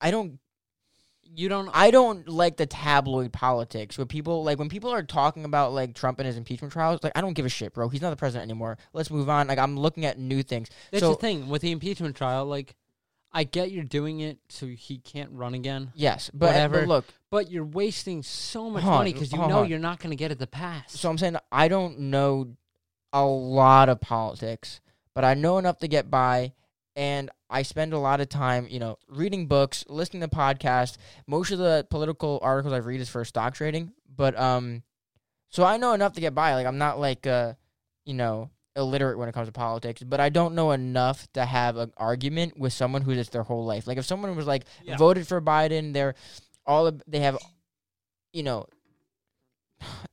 I don't you don't. I don't like the tabloid politics where people like when people are talking about like Trump and his impeachment trials. Like I don't give a shit, bro. He's not the president anymore. Let's move on. Like I'm looking at new things. that's so the thing with the impeachment trial. Like, I get you're doing it so he can't run again, yes, but, Whatever. but look. but you're wasting so much Hold on, money because you hold know on. you're not going to get it to pass. So I'm saying I don't know a lot of politics, but I know enough to get by. And I spend a lot of time, you know, reading books, listening to podcasts. Most of the political articles I read is for stock trading, but um, so I know enough to get by. Like I'm not like uh, you know, illiterate when it comes to politics, but I don't know enough to have an argument with someone who's just their whole life. Like if someone was like Yeah. voted for Biden, they're all ab- they have, you know,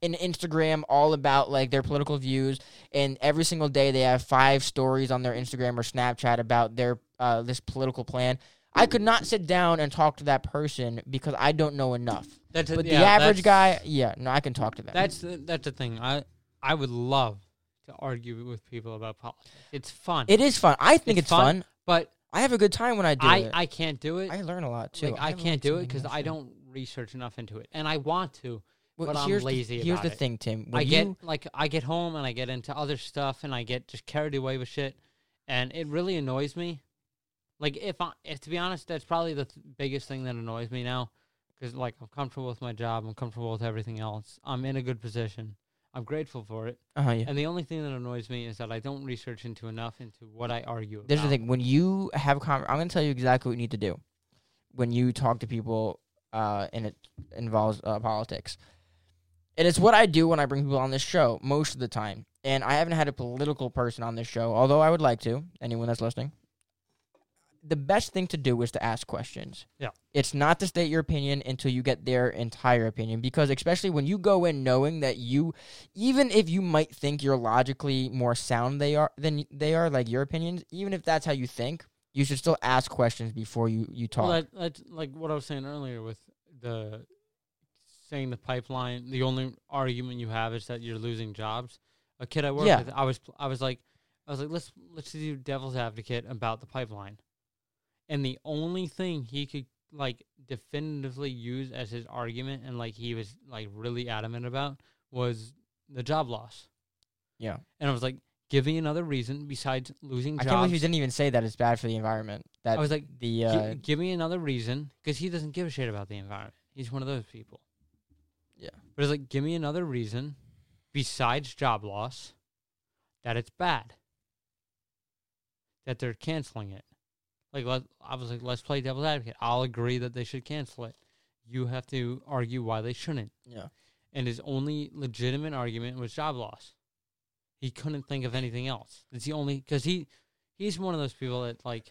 an Instagram all about like their political views, and every single day they have five stories on their Instagram or Snapchat about their uh, this political plan. I could not sit down and talk to that person because I don't know enough. That's But yeah, the average that's- guy, yeah, no, I can talk to them. That's the, that's the thing. I I would love to argue with people about politics. It's fun. it is fun. I think It's it's, fun. fun. but I have a good time when I do I it. I, I can't do it. learn a lot too. Like, I have a can't good do it time because when I do don't research enough into it, and I want to. Well, but I'm here's the- lazy here's about the it. thing, Tim. When I get you- like I get home and I get into other stuff and I get just carried away with shit, and it really annoys me. Like if I, if to be honest, that's probably the th- biggest thing that annoys me now, because like I'm comfortable with my job, I'm comfortable with everything else, I'm in a good position, I'm grateful for it, uh-huh, yeah. and the only thing that annoys me is that I don't research into enough into what I argue. There's the about. thing. When you have a con- I'm going to tell you exactly what you need to do when you talk to people uh, and it involves uh, politics. And it's what I do when I bring people on this show most of the time. And I haven't had a political person on this show, although I would like to, anyone that's listening. The best thing to do is to ask questions. Yeah. It's not to state your opinion until you get their entire opinion because especially when you go in knowing that you even if you might think you're logically more sound they are than they are like your opinions, even if that's how you think, you should still ask questions before you you talk. Well, that, that's like what I was saying earlier with the saying the pipeline. The only argument you have is that you're losing jobs. A kid I worked Yeah. with, I was, I was like, I was like, let's let's do devil's advocate about the pipeline, and the only thing he could like definitively use as his argument, and like he was like really adamant about, was the job loss. Yeah. and I was like, give me another reason besides losing I jobs. can't believe you didn't even say that it's bad for the environment. That I was like, the Gi- uh, give me another reason, because he doesn't give a shit about the environment. He's one of those people. Yeah. But it's like, give me another reason besides job loss that it's bad, that they're canceling it. Like, let, I was like, let's play devil's advocate. I'll agree that they should cancel it. You have to argue why they shouldn't. yeah. And his only legitimate argument was job loss. He couldn't think of anything else. It's the only because he he's one of those people that like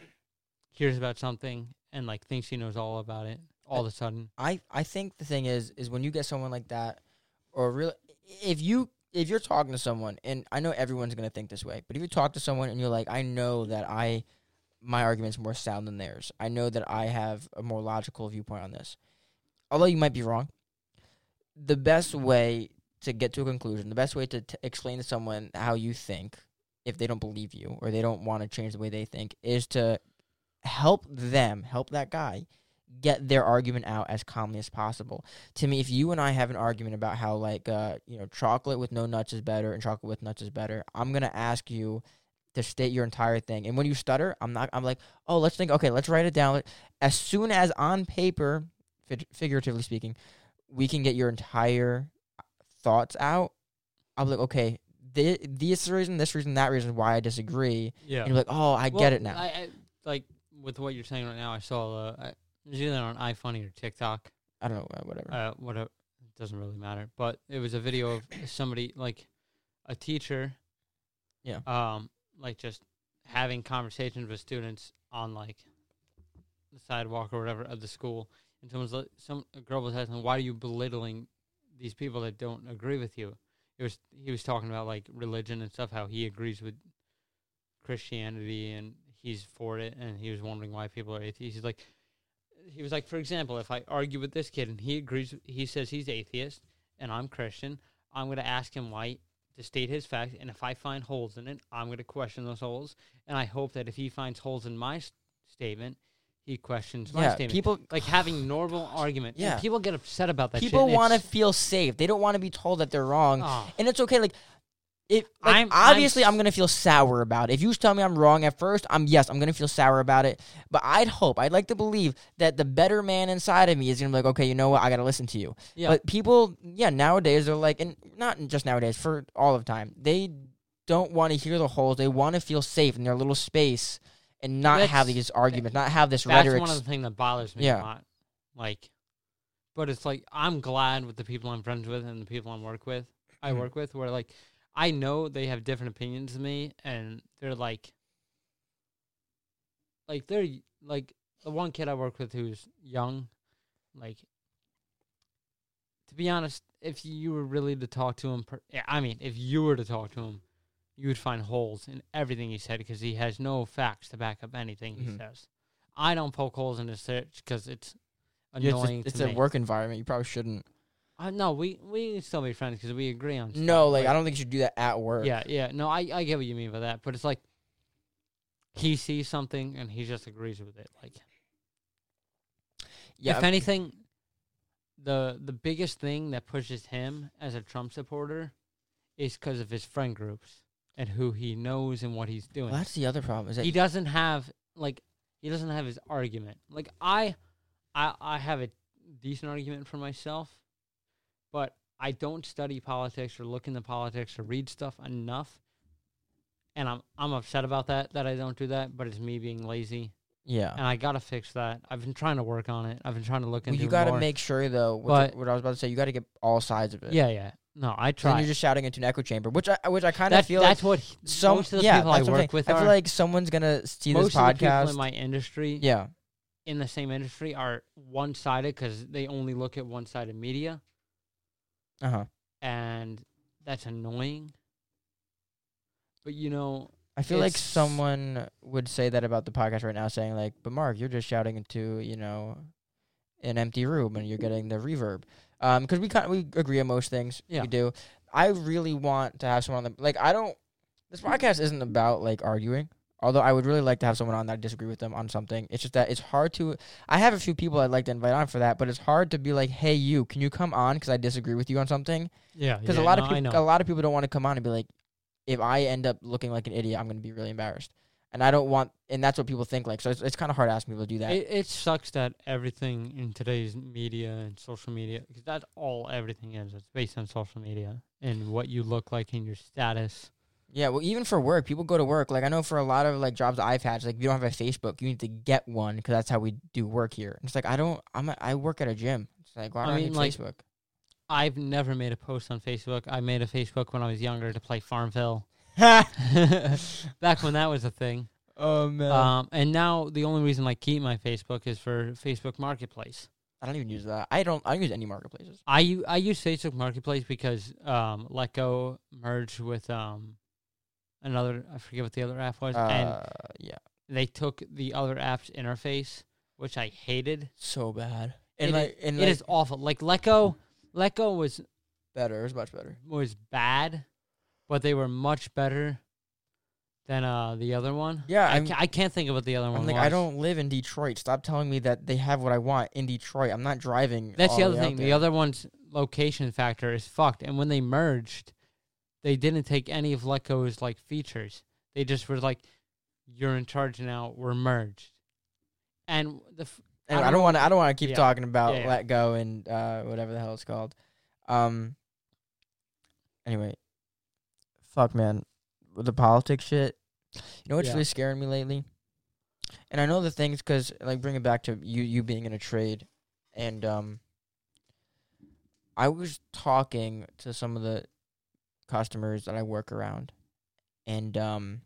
hears about something and like thinks he knows all about it all of a sudden. I I think the thing is is when you get someone like that, or really if you if you're talking to someone, and I know everyone's gonna think this way, but if you talk to someone and you're like, I know that I my argument's more sound than theirs. I know that I have a more logical viewpoint on this, although you might be wrong. The best way to get to a conclusion, the best way to t- explain to someone how you think, if they don't believe you or they don't want to change the way they think, is to help them, help that guy get their argument out as calmly as possible. To me, if you and I have an argument about how like uh, you know chocolate with no nuts is better and chocolate with nuts is better, I'm gonna ask you to state your entire thing. And when you stutter, I'm not. I'm like, oh, let's think. Okay, let's write it down. Let- As soon as on paper, fig- figuratively speaking, we can get your entire thoughts out. I'm like, okay, thi- this reason, this reason, that reason, why I disagree. Yeah, And you're like, oh, I get it now. I, I like with what you're saying right now. I saw uh, I, it was either on iFunny or TikTok. I don't know, uh, whatever. Uh, whatever it doesn't really matter. But it was a video of somebody like a teacher. Yeah. Um, like just having conversations with students on like the sidewalk or whatever of the school, and someone's like, some a girl was asking, "Why are you belittling these people that don't agree with you?" It was he was talking about like religion and stuff, how he agrees with Christianity and he's for it, and he was wondering why people are atheists. He's like, he was like, for example, if I argue with this kid and he agrees, he says he's atheist and I'm Christian, I'm going to ask him why to state his facts, and if I find holes in it, I'm going to question those holes, and I hope that if he finds holes in my s- statement, he questions my yeah, statement. people like having normal argument. Yeah, Yeah. people get upset about that. people want to feel safe. They don't want to be told that they're wrong, Oh. and it's okay. Like, it like, I'm- I'm obviously s- I'm, gonna feel sour about it. If you tell me I'm wrong at first, I'm yes, I'm gonna feel sour about it. But I'd hope, I'd like to believe that the better man inside of me is gonna be like, okay, you know what, I gotta listen to you. Yeah. But people, yeah, nowadays they're like, and not just nowadays, for all of time, they don't want to hear the holes. They want to feel safe in their little space and not have That's- these arguments, not have this That's rhetoric. one of the things that bothers me Yeah. a lot. Like, but it's like I'm glad with the people I'm friends with and the people I work with. I Mhm. work with where like I know they have different opinions than me, and they're like, like they're like the one kid I work with who's young, like to be honest, if you were really to talk to him, per, yeah, I mean, if you were to talk to him, you would find holes in everything he said because he has no facts to back up anything Mhm. Mm-hmm. he says. I don't poke holes in his search because it's Yeah, it's a- annoying. it's to a me. work environment. You probably shouldn't. Uh, no, we we can still be friends because we agree on. No, stuff, like but- I don't think you should do that at work. Yeah, yeah. No, I, I get what you mean by that, but it's like he sees something and he just agrees with it. Like yeah. if anything, the the biggest thing that pushes him as a Trump supporter is because of his friend groups and who he knows and what he's doing. Well, that's the other problem. Is that He doesn't have like he doesn't have his argument. Like I, I I have a decent argument for myself, but I don't study politics or look into politics or read stuff enough. And I'm I'm upset about that that I don't do that, but it's me being lazy yeah. and I gotta fix that. I've been trying to work on it. I've been trying to look Oh. Well, into. you got to more. make sure though. What, the- But- what I was about to say, you got to get all sides of it. Yeah, yeah. No, I Then try. you're just shouting into an echo chamber, which I which I kind That- of feel like that's what he- some most of the yeah, people I that's what I'm saying. work with I feel are. like someone's gonna see most this of the people podcast. in my industry, yeah, in the same industry, are one sided because they only look at one side of media, uh huh. and that's annoying. But you know, I feel like It's- someone would say that about the podcast right now, saying like, "But Mark, you're just shouting into you know an empty room, and you're getting the reverb." Um, because we kind of, we agree on most things. Yeah. we do. I really want to have someone on the like. I don't. This podcast isn't about like arguing. Although I would really like to have someone on that I disagree with them on something. It's just that it's hard to. I have a few people I'd like to invite on for that, but it's hard to be like, "Hey, you, can you come on?" Because I disagree with you on something yeah, because a lot of people, a lot of people don't want to come on and be like, if I end up looking like an idiot, I'm going to be really embarrassed, and I don't want, and that's what people think like. So it's, it's kind of hard asking people to do that. It, it sucks that everything in today's media and social media, because that's all everything is. It's based on social media and what you look like and your status. yeah, well, even for work, people go to work. Like I know for a lot of like jobs that I've had, it's like if you don't have a Facebook, you need to get one because that's how we do work here. And it's like I don't, I'm a, I work at a gym. It's like why I do I, mean, need like- Facebook? I've never made a post on Facebook. I made a Facebook when I was younger to play Farmville, back when that was a thing. oh man, Um, and now the only reason I keep my Facebook is for Facebook Marketplace. I don't even use that. I don't, I don't use any marketplaces. I u- I use Facebook Marketplace because um, Let Go merged with um, another. I forget what the other app was, and Uh, yeah, they took the other app's interface, which I hated. so bad. It And is- like, and It is like, awful. Like Let Go, Let Go was better. It's much better. was bad, but they were much better than uh the other one. Yeah, I I'm- ca- I can't think of what the other one I'm like, was. I don't live in Detroit. Stop telling me that they have what I want in Detroit. I'm not driving. That's all the other way out thing. The there. other one's location factor is fucked. And when they merged, they didn't take any of Letgo's like features. They just were like, "You're in charge now. We're merged." And the f- Anyway, I I don't- don't want. to. I don't want to keep Yeah. talking about Yeah, yeah. let go and uh, whatever the hell it's called. Um. Anyway, fuck man, With the politics shit. You know what's Yeah. really scaring me lately? And I know the things because like bring it back to you you being in a trade, and um. I was talking to some of the customers that I work around, and um,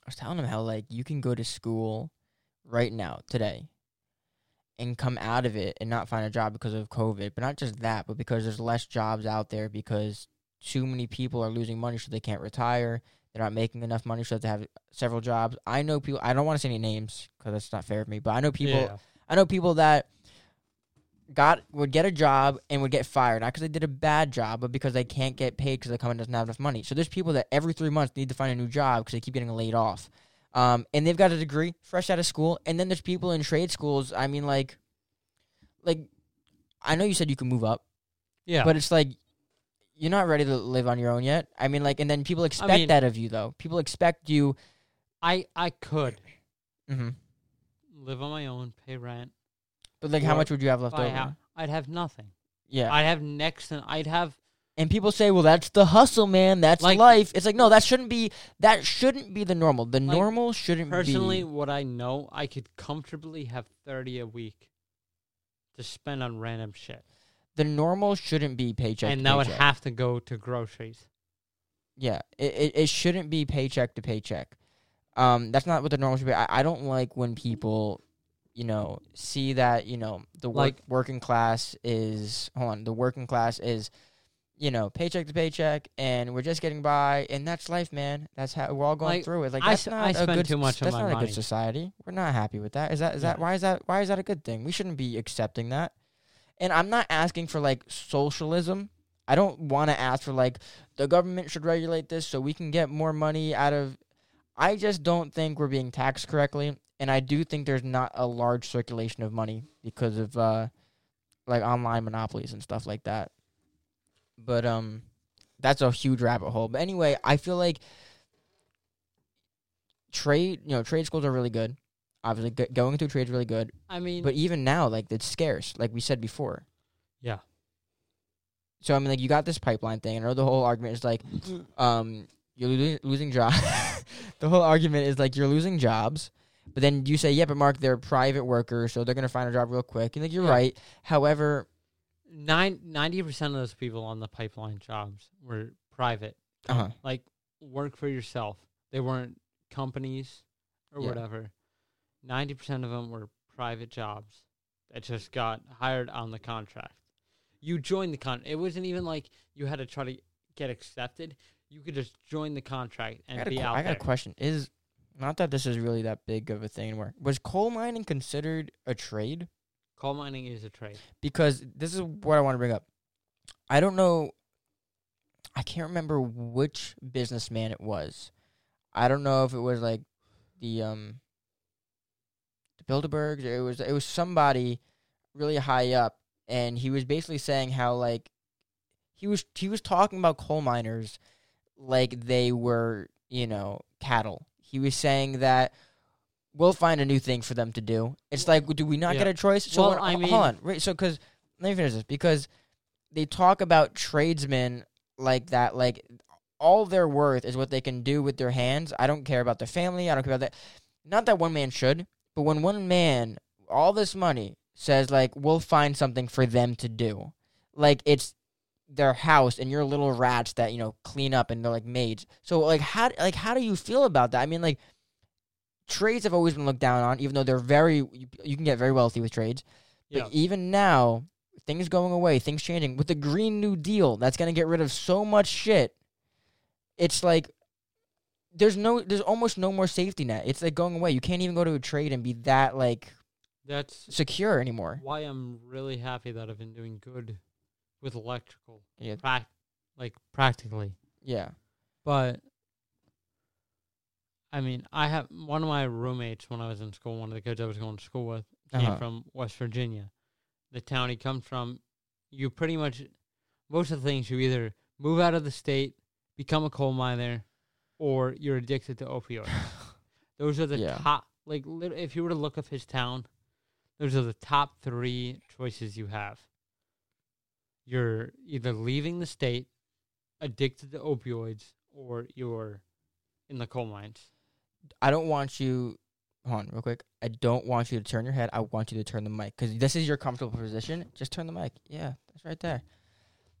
I was telling them how like you can go to school right now today and come out of it and not find a job because of COVID, but not just that, but because there's less jobs out there because too many people are losing money so they can't retire. They're not making enough money so they have to have several jobs. I know people. I don't want to say any names because that's not fair of me, but I know people. Yeah. I know people that got would get a job and would get fired not because they did a bad job, but because they can't get paid because the company doesn't have enough money. So there's people that every three months need to find a new job because they keep getting laid off, um, and they've got a degree fresh out of school. And then there's people in trade schools. I mean, like, like I know you said you can move up, yeah. but it's like you're not ready to live on your own yet. I mean, like, and then people expect mean- that of you though. People expect you. I I could hmm live on my own, pay rent. But like, how Or much would you have left buy over? a house. I'd have nothing. yeah, I'd have next, and I'd have And people say, "Well, that's the hustle, man. That's Like- life." It's like, no, that shouldn't be. That shouldn't be the normal. The Like, normal shouldn't personally be. what I know. I could comfortably have thirty a week to spend on random shit, The normal shouldn't be paycheck. to and that would paycheck. have to go to groceries. Yeah, it, it it shouldn't be paycheck to paycheck. Um, that's not what the normal should be. I, I don't like when people you know, see that, you know, the work, Like- working class is, hold on, the working class is, you know, paycheck to paycheck and we're just getting by and that's life, man. That's how we're all going Like, through it. Like I that's s- not I a spend good, too much of that's my not a money. good society. We're not happy with that. Is that, is that, Yeah. why is that, why is that a good thing? We shouldn't be accepting that. And I'm not asking for like socialism. I don't want to ask for like the government should regulate this so we can get more money out of. I just don't think we're being taxed correctly, and I do think there's not a large circulation of money because of uh, like online monopolies and stuff like that. But um, that's a huge rabbit hole. But anyway, I feel like trade, you know, trade schools are really good. Obviously, g- going through trade is really good. I mean, But even now, like it's scarce, like we said before. Yeah. So I mean, like you got this pipeline thing, and the whole argument is like, mm, um, you're lo- losing jobs. the whole argument is like you're losing jobs, but then you say, yeah, but Mark, they're private workers, so they're gonna find a job real quick. And like you're Yeah. right. However, nine, 90% of those people on the pipeline jobs were private. uh-huh. Like, work for yourself. They weren't companies or Yeah. whatever. 90% of them were private jobs that just got hired on the contract. You joined the con. It wasn't even like you had to try to get accepted. You could just join the contract I and got, a, be que- out I got there. a question. Is not that this is really that big of a thing. Where was coal mining considered a trade? Coal mining is a trade. because this is what I want to bring up. I don't know. I can't remember which businessman it was. I don't know if it was like the um the Bilderbergs or it was it was somebody really high up, and he was basically saying how like he was he was talking about coal miners like they were you know cattle. He was saying that. We'll find a new thing for them to do. It's like, do we not Yeah. get a choice? So Well, when- I ho- mean- hold on. Wait, so because let me finish this because they talk about tradesmen like that, like all their worth is what they can do with their hands. I don't care about their family. I don't care about that. Not that one man should, but when one man, all this money, says like, "We'll find something for them to do," like it's their house and your little rats that you know clean up and they're like maids. So like how like how do you feel about that? I mean like trades have always been looked down on, even though they're very you, you can get very wealthy with trades. But Yeah. even now, things going away, things changing with the Green New Deal that's gonna get rid of so much shit. It's like there's no there's almost no more safety net. It's like going away. You can't even go to a trade and be that like That's secure anymore. why I'm really happy that I've been doing good with electrical, Yeah. prac- like practically. Yeah. But I mean, I have one of my roommates when I was in school, one of the kids I was going to school with, came Uh-huh. from West Virginia, the town he comes from. You pretty much most of the things you either move out of the state, become a coal miner, or you're addicted to opioids. Those are the Yeah. top. Like, lit- if you were to look up his town, those are the top three choices you have. You're either leaving the state, addicted to opioids, or you're in the coal mines. I don't want you. Hold on, real quick. I don't want you to turn your head. I want you to turn the mic because this is your comfortable position. Just turn the mic. Yeah, that's right there.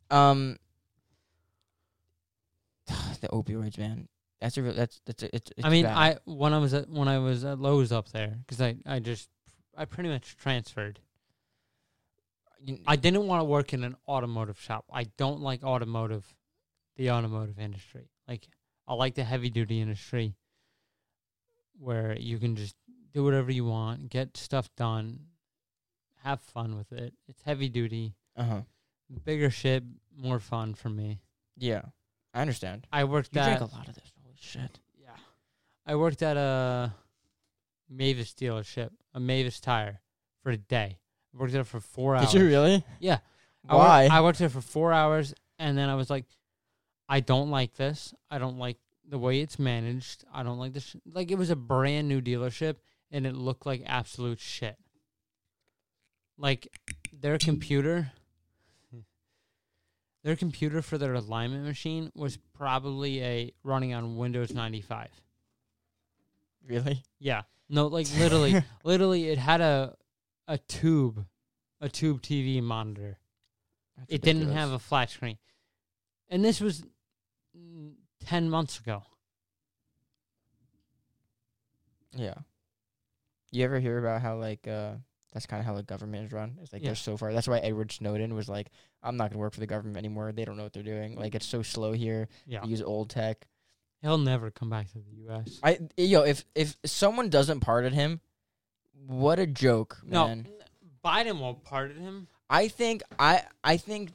Um, the opioids, man. That's a real. That's that's a, it's, it's. I mean, bad. I when I was at when I was at Lowe's up there because I I just I pretty much transferred. You- I didn't want to work in an automotive shop. I don't like automotive, the automotive industry. Like I like the heavy duty industry, where you can just do whatever you want, get stuff done, have fun with it. It's heavy duty, uh-huh. bigger shit, more fun for me. Yeah, I understand. I worked You at drink a lot of this. Holy shit. Yeah. I worked at a Mavis dealership, a Mavis tire, for a day. I worked there for four hours. really? Yeah. I wor- Why? I worked there for four hours and then I was like, I don't like this. I don't like the way it's managed. I don't like this. sh- Like, it was a brand new dealership and it looked like absolute shit. Like, their computer. Their computer for their alignment machine was probably a running on Windows 95. really? Yeah. No, like literally, literally, it had a a tube, a tube TV monitor. That's It didn't ridiculous. have a flat screen, and this was mm, ten months ago. Yeah. You ever hear about how like uh that's kind of how the government is run? It's like Yeah. they're so far. That's why Edward Snowden was like, "I'm not gonna work for the government anymore. They don't know what they're doing. Like it's so slow here. Yeah. They use old tech. He'll never come back to the U.S. I yo, if if someone doesn't pardon him, what a joke, No, man. Biden won't pardon him. I think I I think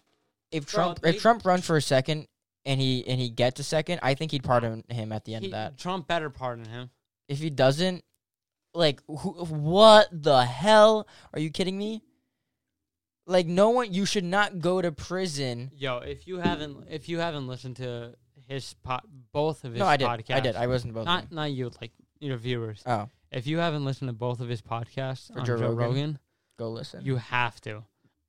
if Bro, Trump they- if Trump runs for a second and he and he gets a second, I think he'd pardon him at the end He- of that. Trump better pardon him. If he doesn't, like who, what the hell? Are you kidding me? Like no one, you should not go to prison. Yo, if you haven't if you haven't listened to his pot, both of his No, I did. podcasts, I did. I wasn't both. not not you, like your viewers. oh, If you haven't listened to both of his podcasts Or on Joe Joe, Rogan. Rogan, go listen. you have to,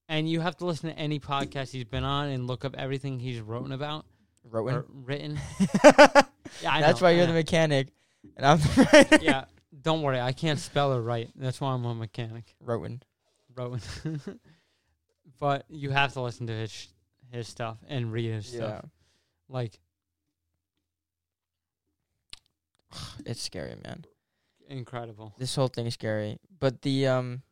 and you have to listen to any podcast he's been on and look up everything he's written about Rowan. or written. That's Yeah, I know, why I you're the know. mechanic, and I'm the writer. yeah. Don't worry, I can't spell or write. That's why I'm a mechanic. Rowan. Rowan. but you have to listen to his sh- his stuff and read his Yeah, stuff. Like it's scary, man. incredible. This whole thing is scary. But the um,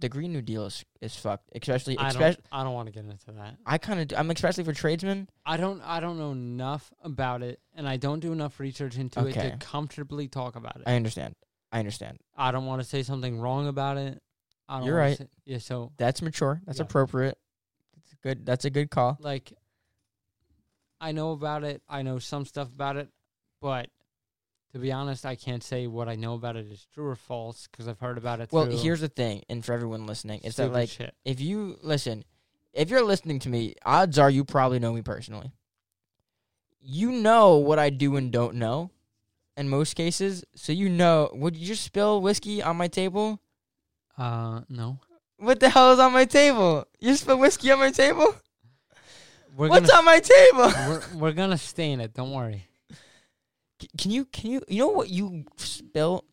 the Green New Deal is, is fucked. Especially, I especially don't I don't want to get into that. I kind of I'm especially for tradesmen. I don't I don't know enough about it and I don't do enough research into it Okay. to comfortably talk about it. I understand. I understand. I don't want to say something wrong about it. I don't You're wanna right. say- yeah, so That's mature. That's Yeah. appropriate. That's a good. That's a good call. like I know about it. I know some stuff about it, but to be honest, I can't say what I know about it is true or false because I've heard about it. Well, through here's the thing, and for everyone listening, it's that stupid like shit. if you listen, if you're listening to me, odds are you probably know me personally. You know what I do and don't know, in most cases. So you know. Would you just spill whiskey on my table? Uh, no. What the hell is on my table? You spilled whiskey on my table? We're What's gonna, on my table? We're, we're gonna stain it. Don't worry. C- Can you can you you know what you spilt?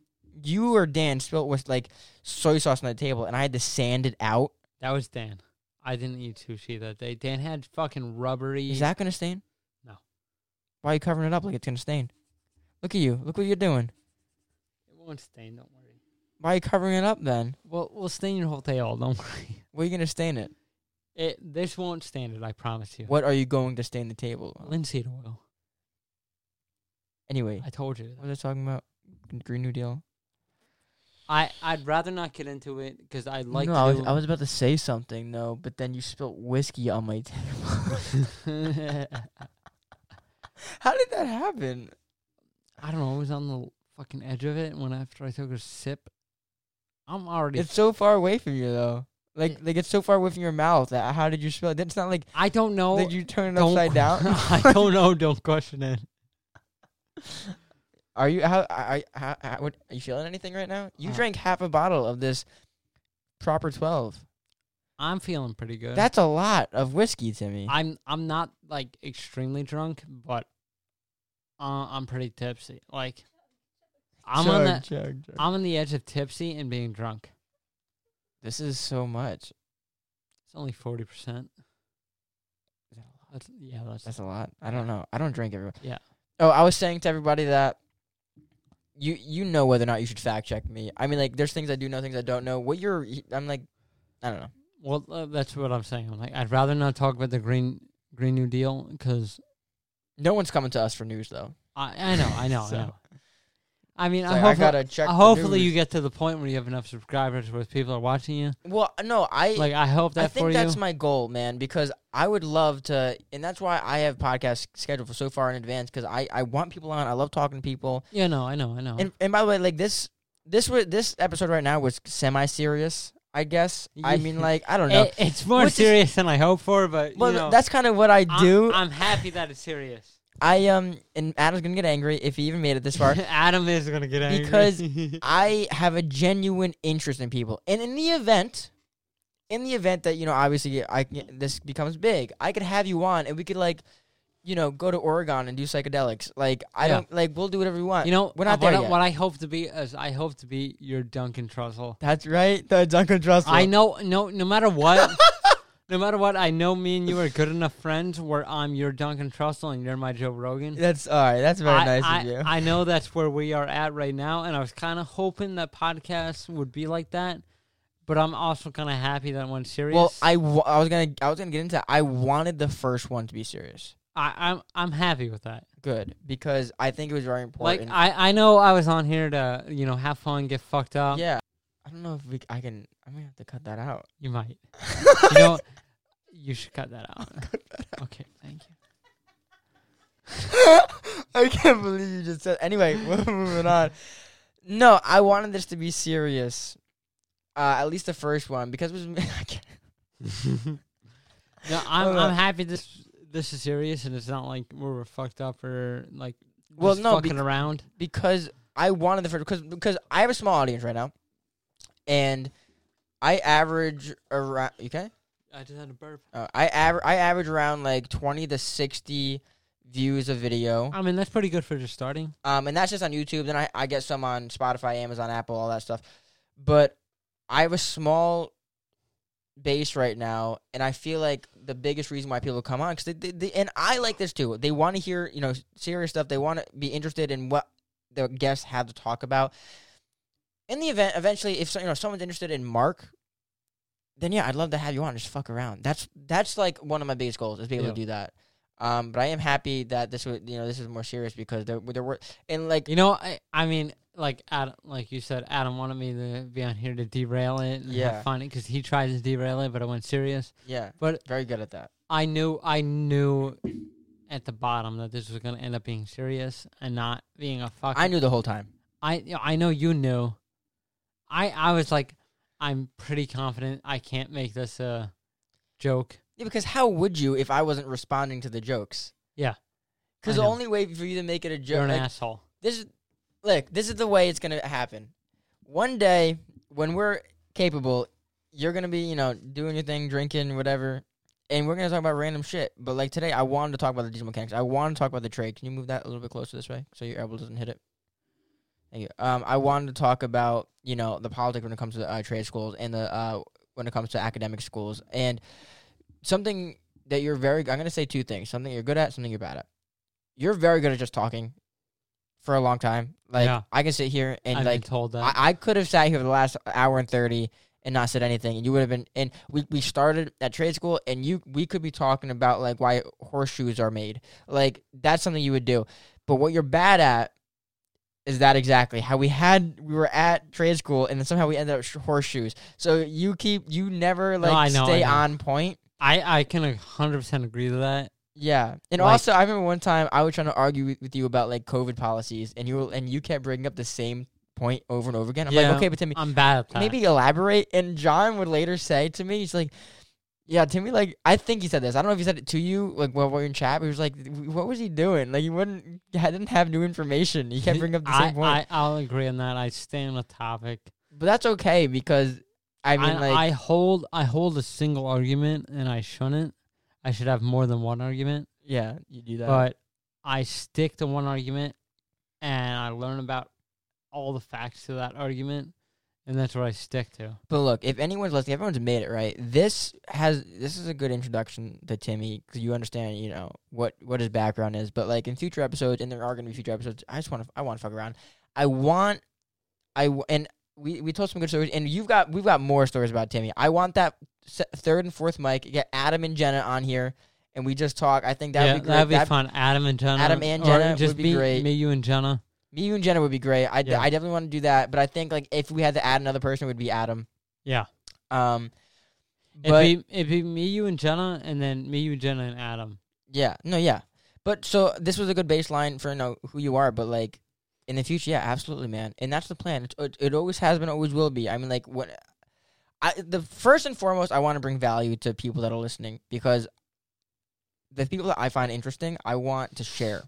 You or Dan spilt with like soy sauce on the table, and I had to sand it out. That was Dan. I didn't eat sushi that day. Dan had fucking rubbery. Is that gonna stain? No. Why are you covering it up like it's gonna stain? Look at you. Look what you're doing. It won't stain. Don't worry. Why are you covering it up then? Well, we'll stain your whole tail. Don't worry. What are you gonna stain it? It this won't stain it. I promise you. What are you going to stain the table? with? Linseed oil. Anyway, I told you. what was I talking about? Green New Deal. I I'd rather not get into it because I like. no, to I was do- I was about to say something though, but then you spilt whiskey on my table. How did that happen? I don't know. I was on the fucking edge of it when after I took a sip, I'm already. It's so far away from you though. Like Mm. like it's so far away from your mouth. That how did you spill it? It's not like I don't know. did you turn it don't- upside down? I don't know. Don't question it. Are you how are, how, how what, are you feeling anything right now? You Uh. drank half a bottle of this proper twelve. I'm feeling pretty good. That's a lot of whiskey to me. I'm I'm not like extremely drunk, but uh, I'm pretty tipsy. Like I'm on the I'm on the edge of tipsy and being drunk. This is so much. It's only forty percent. That's yeah. That's, That's a lot. I don't know. I don't drink every. Yeah. Oh, I was saying to everybody that you you know whether or not you should fact check me. I mean, like there's things I do know, things I don't know. What you're, I'm like, I don't know. well. Uh, that's what I'm saying. Like I'd rather not talk about the green Green New Deal because No one's coming to us for news though. I I know I know So- I know. I mean, It's I, like, I hopefully, gotta check. the hopefully you news. get to the point where you have enough subscribers where people are watching you. Well, no, I Like I hope that I think for that's you. my goal, man, because I would love to, and that's why I have podcasts scheduled for so far in advance because I, I want people on. I love talking to people. yeah, no, I know, I know. And and by the way, like this this wa- this episode right now was semi serious, I guess. I mean, Yeah. like I don't know. It- it's more Which is- serious than I hoped for, but well, you Eh, know, that's kind of what I do. i I'm, I'm happy that it's serious. um and Adam's gonna get angry if he even made it this far. Adam is gonna get angry Because- I have a genuine interest in people, and in the event, in the event that you know, obviously, I can, this becomes big, I could have you on, and we could like, you know, go to Oregon and do psychedelics. Like I Yeah. don't like we'll do whatever we want. you know we're not what, there I, yet. what I hope to be is I hope to be your Duncan Trussell. That's right, the Duncan Trussell. I know, no, no matter what, No matter what, I know me and you are good enough friends where I'm your Duncan Trussell and you're my Joe Rogan. That's all right. That's very I, nice I, of you. I know that's where we are at right now, and I was kind of hoping that podcasts would be like that, but I'm also kind of happy that one's serious. well, I, wa- I was gonna I was gonna get into. that. I wanted the first one to be serious. I I'm I'm happy with that. Good because I think it was very important. Like I I know I was on here to you know have fun, get fucked up. yeah, I don't know if we c- I can. I'm gonna have to cut that out. You might. You know, you should cut that out. Okay, thank you. I can't believe you just said. Anyway, we're moving on. No, I wanted this to be serious. Uh, at least the first one because it was. I can't- No, I'm Hold I'm on. happy this this is serious and it's not like we're fucked up or like Well, just no, fucking bec- around. because I wanted the first because because I have a small audience right now, and I average around. You okay? I just had a burp. Uh, I aver- I average around like twenty to sixty views a video. I mean that's pretty good for just starting. Um, and that's just on YouTube. Then I, I get some on Spotify, Amazon, Apple, all that stuff. But I have a small base right now, and I feel like the biggest reason why people come on, cause they, they, they- and I like this too. They want to hear you know serious stuff. They want to be interested in what the guests have to talk about. In the event, eventually, if so, you know someone's interested in Mark, then yeah, I'd love to have you on. Just fuck around. That's that's like one of my biggest goals is be able Yeah. to do that. Um, but I am happy that this was you know this is more serious because there there were and like You know, I I mean like Adam, like you said, Adam wanted me to be on here to derail it. And Yeah. have fun because he tried to derail it, but I went serious. yeah, But very good at that. I knew I knew at the bottom that this was gonna end up being serious and not being a fucking I knew the whole time. I you know, I know you knew. I I was like, I'm pretty confident I can't make this a joke. Yeah, because how would you if I wasn't responding to the jokes? Yeah. Because I the know. only way for you to make it a You're joke, an like, asshole. this is look, this is the way it's gonna happen. One day when we're capable, you're gonna be you know doing your thing, drinking, whatever, and we're gonna talk about random shit. But like today, I wanted to talk about the diesel mechanics. I wanted to talk about the trade. Can you move that a little bit closer this way so your elbow doesn't hit it? Thank you. Um, I wanted to talk about you know the politics when it comes to uh, trade schools and the uh, when it comes to academic schools and something that you're very. I'm gonna say two things: something you're good at, something you're bad at. You're very good at just talking for a long time. Like Yeah. I can sit here and I've like been told that. I, I could have sat here for the last hour and thirty and not said anything, and you would have been. And we, we started at trade school, and you we could be talking about like why horseshoes are made. Like that's something you would do. But what you're bad at is that exactly how we had we were at trade school, and then somehow we ended up sh- horseshoes. So you keep you never like I know, I stay know. on point. I, I can hundred percent agree to that. Yeah, and Like- also I remember one time I was trying to argue with, with you about like COVID policies, and you were, and you kept bringing up the same point over and over again. I'm Yeah. like, okay, but Timmy, I'm bad at that. maybe elaborate. And John would later say to me, he's like, yeah, Timmy, like, I think he said this. I don't know if he said it to you, like, while we were in chat, but he was like, what was he doing? Like, he wouldn't, I didn't have new information. He kept bringing up the I, same point. I, I'll agree on that. I stay on the topic. but that's okay because, I I mean, like, I hold I hold a single argument and I shouldn't. I should have more than one argument. yeah, you do that. but I stick to one argument and I learn about all the facts to that argument and that's what I stick to. But look, if anyone's listening, everyone's made it right. This has this is a good introduction to Timmy because you understand, you know what what his background is. But like in future episodes, and there are going to be future episodes, I just want to I want to fuck around. I want I w- and we we told some good stories, and you've got we've got more stories about Timmy. I want that se- third and fourth mic. Get Adam and Jenna on here, and we just talk. I think that yeah, would be great. that'd be That'd- fun. Adam and Jenna. Adam and or Jenna just would be me, great. Me, you, and Jenna. Me, you, and Jenna would be great. I, d- Yeah. I definitely want to do that. But I think like if we had to add another person, it would be Adam. Yeah, Um, but it'd be, it'd be me, you, and Jenna, and then me, you, Jenna, and Adam. Yeah. No, yeah. But so this was a good baseline for you know who you are, but like in the future, yeah, absolutely, man. And that's the plan. It's, it, it always has been, always will be. I mean, like what I the first and foremost, I want to bring value to people that are listening because the people that I find interesting, I want to share.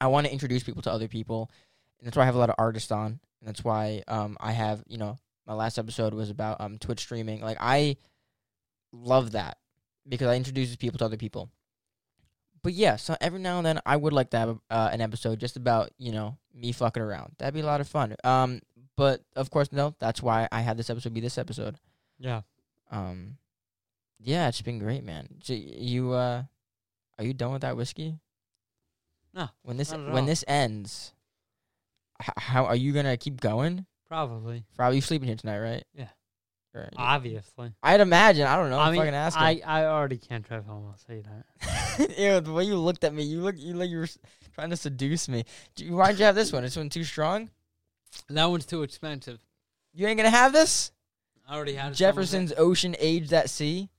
I want to introduce people to other people, and that's why I have a lot of artists on, and that's why um I have you know my last episode was about um Twitch streaming. Like I love that because I introduces people to other people. But yeah, so every now and then I would like to have uh, an episode just about you know me fucking around. That'd be a lot of fun. Um, but of course no, that's why I had this episode be this episode. Yeah, Um, Yeah, it's been great, man. So y- you uh are you done with that whiskey? No, When this not at when all. this ends, h- how are you gonna keep going? Probably, Probably you sleeping here tonight, right? Yeah. Right. obviously. I'd imagine. I don't know. I I am mean, fucking asking. I, I already can't drive home. I'll say that. Ew, the way you looked at me, you look you like you were s- trying to seduce me. Do you- Why'd you have this one? This one too strong? That one's too expensive. You ain't gonna have this? I already had some of it. Jefferson's Ocean Aged at Sea.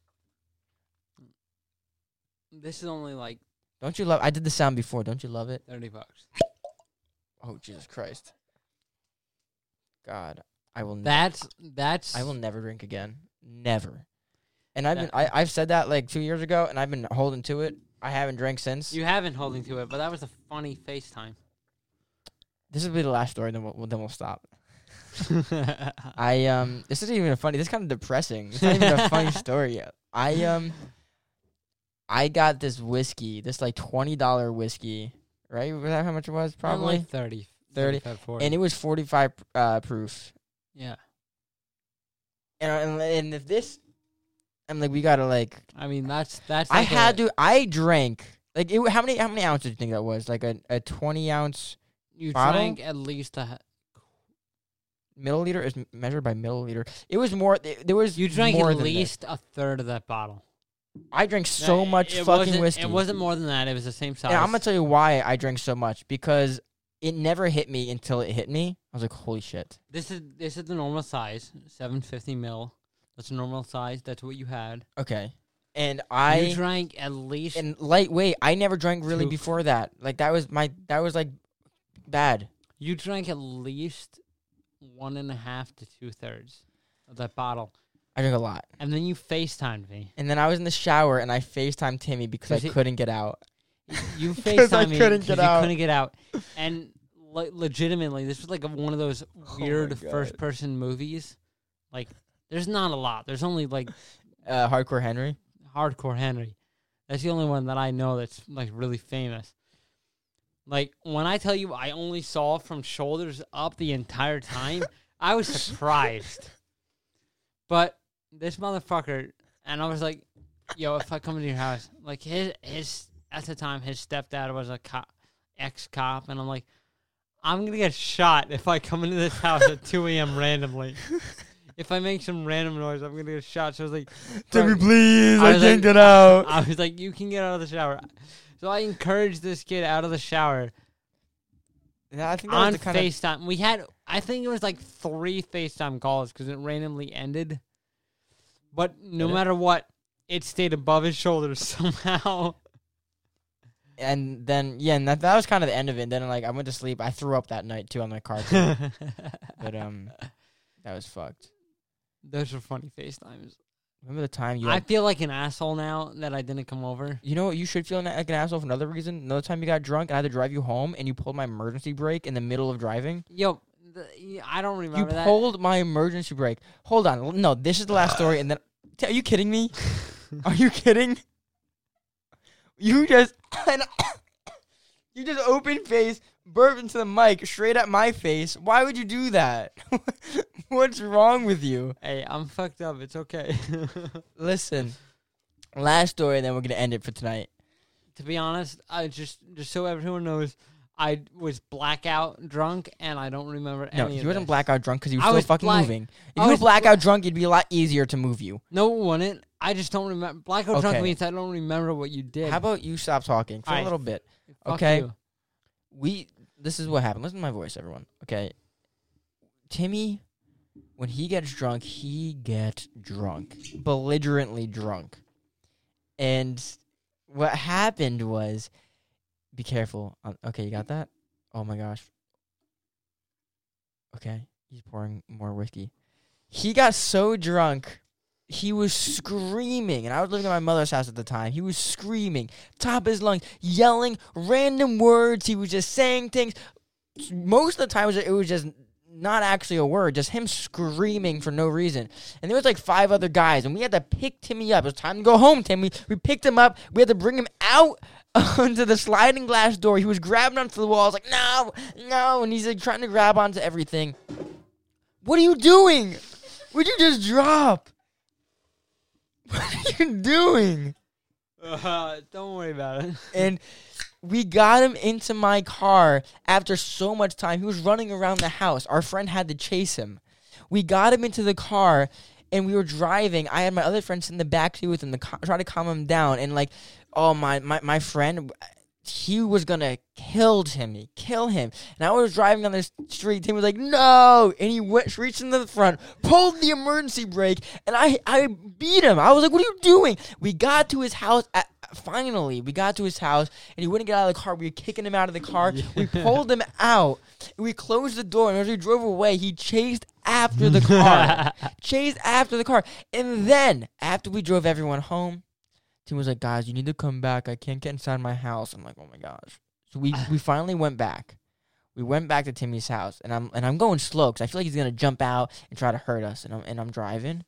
This is only like Don't you love? I did the sound before. Don't you love it? thirty bucks. Oh Jesus Christ! God, I will. never That's that's. I will never drink again. Never. And I've been. That- I, I've said that like two years ago, and I've been holding to it. I haven't drank since. You have been holding to it, but that was a funny FaceTime. this will be the last story. Then we'll then we'll stop. I um. This isn't even a funny. This is kind of depressing. It's not even a funny story. I um. I got this whiskey, this like twenty dollar whiskey, right? Was that how much it was? Probably. like 30, 30, 35, 40. and it was 45 uh, proof. yeah, And, and and if this, I'm like, we gotta like. I mean that's that's. I like had a- to. I drank like it, how many how many ounces do you think that was? Like a, a 20 ounce You bottle? drank at least a. milliliter is measured by milliliter. It was more. th- There was You drank more at than this. least a third of that bottle. I drank so That- much it fucking wasn't- whiskey. It wasn't more than that. It was the same size. And I'm gonna tell you why I drank so much because it never hit me until it hit me. I was like, holy shit. This is this is the normal size, seven fifty mil. That's the normal size. That's what you had. Okay. And I you drank at least. and lightweight. I never drank really Two- before that. Like that was my that was like bad. you drank at least one and a half to two thirds of that bottle, I drank a lot. and then you Facetimed me. And then I was in the shower and I FaceTimed Timmy because I Cause he- couldn't get out. You 'Cause I Facetimed me couldn't 'cause get you out. couldn't get out, and le- legitimately, this was like a, one of those Oh my weird God. first-person movies. Like, there's not a lot. There's only like Uh, Hardcore Henry. Hardcore Henry. That's the only one that I know that's like really famous. Like when I tell you I only saw from shoulders up the entire time, I was surprised. But this motherfucker and I was like, yo, if I come to your house, like his his at the time his stepdad was a cop ex cop and I'm like, I'm gonna get shot if I come into this house at two AM randomly. If I make some random noise, I'm gonna get shot. So I was like, "Bro, please, I I was can't like- get out. I was like, you can get out of the shower. So I encouraged this kid out of the shower I think that was on the kind of, FaceTime. we had, I think it was like three FaceTime calls because it randomly ended. But no Did it? matter what, it stayed above his shoulders somehow. and then yeah, and that, that was kind of the end of it. Then like I went to sleep. I threw up that night too on my carpet. but um, that was fucked. Those are funny FaceTimes. Remember the time you? I Had, feel like an asshole now that I didn't come over. you know what? You should feel na- like an asshole for another reason. Another time you got drunk and I had to drive you home, and you pulled my emergency brake in the middle of driving. Yo, the, I don't You remember that. pulled my emergency brake. Hold on. l- No, this is the last story. And then, T- are you kidding me? Are you kidding? You just, and you just open face, burp into the mic, straight at my face. Why would you do that? What's wrong with you? hey, I'm fucked up. It's okay. Listen, last story, and then we're gonna end it for tonight. to be honest, I just just so everyone knows, I was blackout drunk and I don't remember No, any. you of wasn't this. blackout drunk because you were I still was fucking black- moving. If I you were was bla- blackout drunk, it'd be a lot easier to move you. No, it wasn't. I just don't remember. Blackout Okay. drunk means I don't remember what you did. How about you stop talking for a Alright. little bit? Fuck okay. you. we this is what happened. Listen to my voice, everyone. Okay. Timmy, when he gets drunk, he gets drunk. Belligerently drunk. And what happened was be careful. Um, okay, you got that? Oh my gosh. Okay. He's pouring more whiskey. He got so drunk. He was screaming, and I was living at my mother's house at the time. He was screaming, top of his lungs, yelling random words. He was just saying things. Most of the times, it was just not actually a word, just him screaming for no reason. And there was like five other guys, and we had to pick Timmy up. It was time to go home, Timmy. We picked him up. We had to bring him out onto the sliding glass door. He was grabbing onto the wall. I was like, no, no. And he's like trying to grab onto everything. What are you doing? Would you just drop? What are you doing? Uh, don't worry about it. And we got him into my car after so much time. He was running around the house. Our friend had to chase him. We got him into the car and we were driving. I had my other friend sit in the back seat with him to co- try to calm him down. And like, oh my, my, my friend, he was gonna kill Timmy, kill him. And I was driving down the street. Timmy was like, no, and he went reached into the front, pulled the emergency brake, and I, I beat him. I was like, what are you doing? We got to his house. At, finally, we got to his house, and he wouldn't get out of the car. We were kicking him out of the car. We pulled him out. We closed the door, and as we drove away, he chased after the car chased after the car. And then after we drove everyone home, Tim was like, guys, you need to come back. I can't get inside my house. I'm like, oh my gosh. So we, we finally went back. We went back to Timmy's house and I'm and I'm going slow because I feel like he's gonna jump out and try to hurt us. And I'm and I'm driving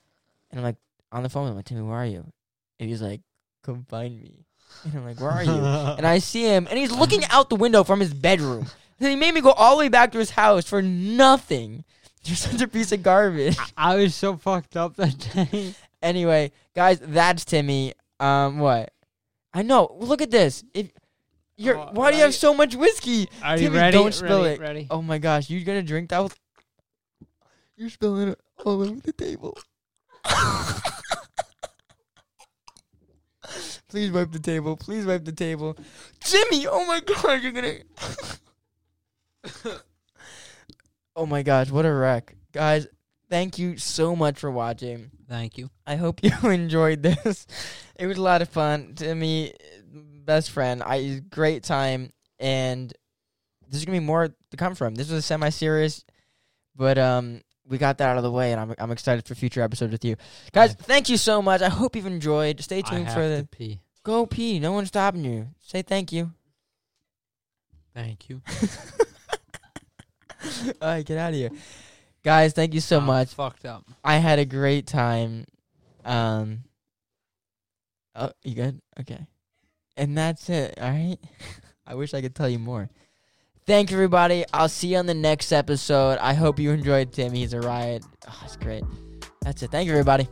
and I'm like on the phone with him, like, Timmy, where are you? And he's like, Come find me. And I'm like, Where are you? and I see him and he's looking out the window from his bedroom. Then he made me go all the way back to his house for nothing. You're such a piece of garbage. I was so fucked up that day. Anyway, guys, that's Timmy. Um, what? I know. Look at this. If you're, Oh, why do you I- have so much whiskey? Are Timmy, you ready? don't spill Ready? it. Ready? Oh my gosh, you gonna drink that? With- you're spilling it all over the table. Please wipe the table. Please wipe the table. Jimmy, oh my god, you're gonna. oh my gosh, what a wreck, guys! Thank you so much for watching. Thank you. I hope you enjoyed this. It was a lot of fun. To me, best friend, I great time, and there's gonna be more to come from. This was a semi-serious, but um, we got that out of the way, and I'm I'm excited for future episodes with you guys. Thank you so much. I hope you've enjoyed. Stay I tuned have for the to pee. go pee. No one's stopping you. Say thank you. Thank you All right, get out of here, guys. Thank you so I'm much. Fucked up. I had a great time. Um. Oh, you good? Okay. And that's it. All right. I wish I could tell you more. Thank you, everybody. I'll see you on the next episode. I hope you enjoyed Tim. He's a riot. Oh, it's great. That's it. Thank you, everybody.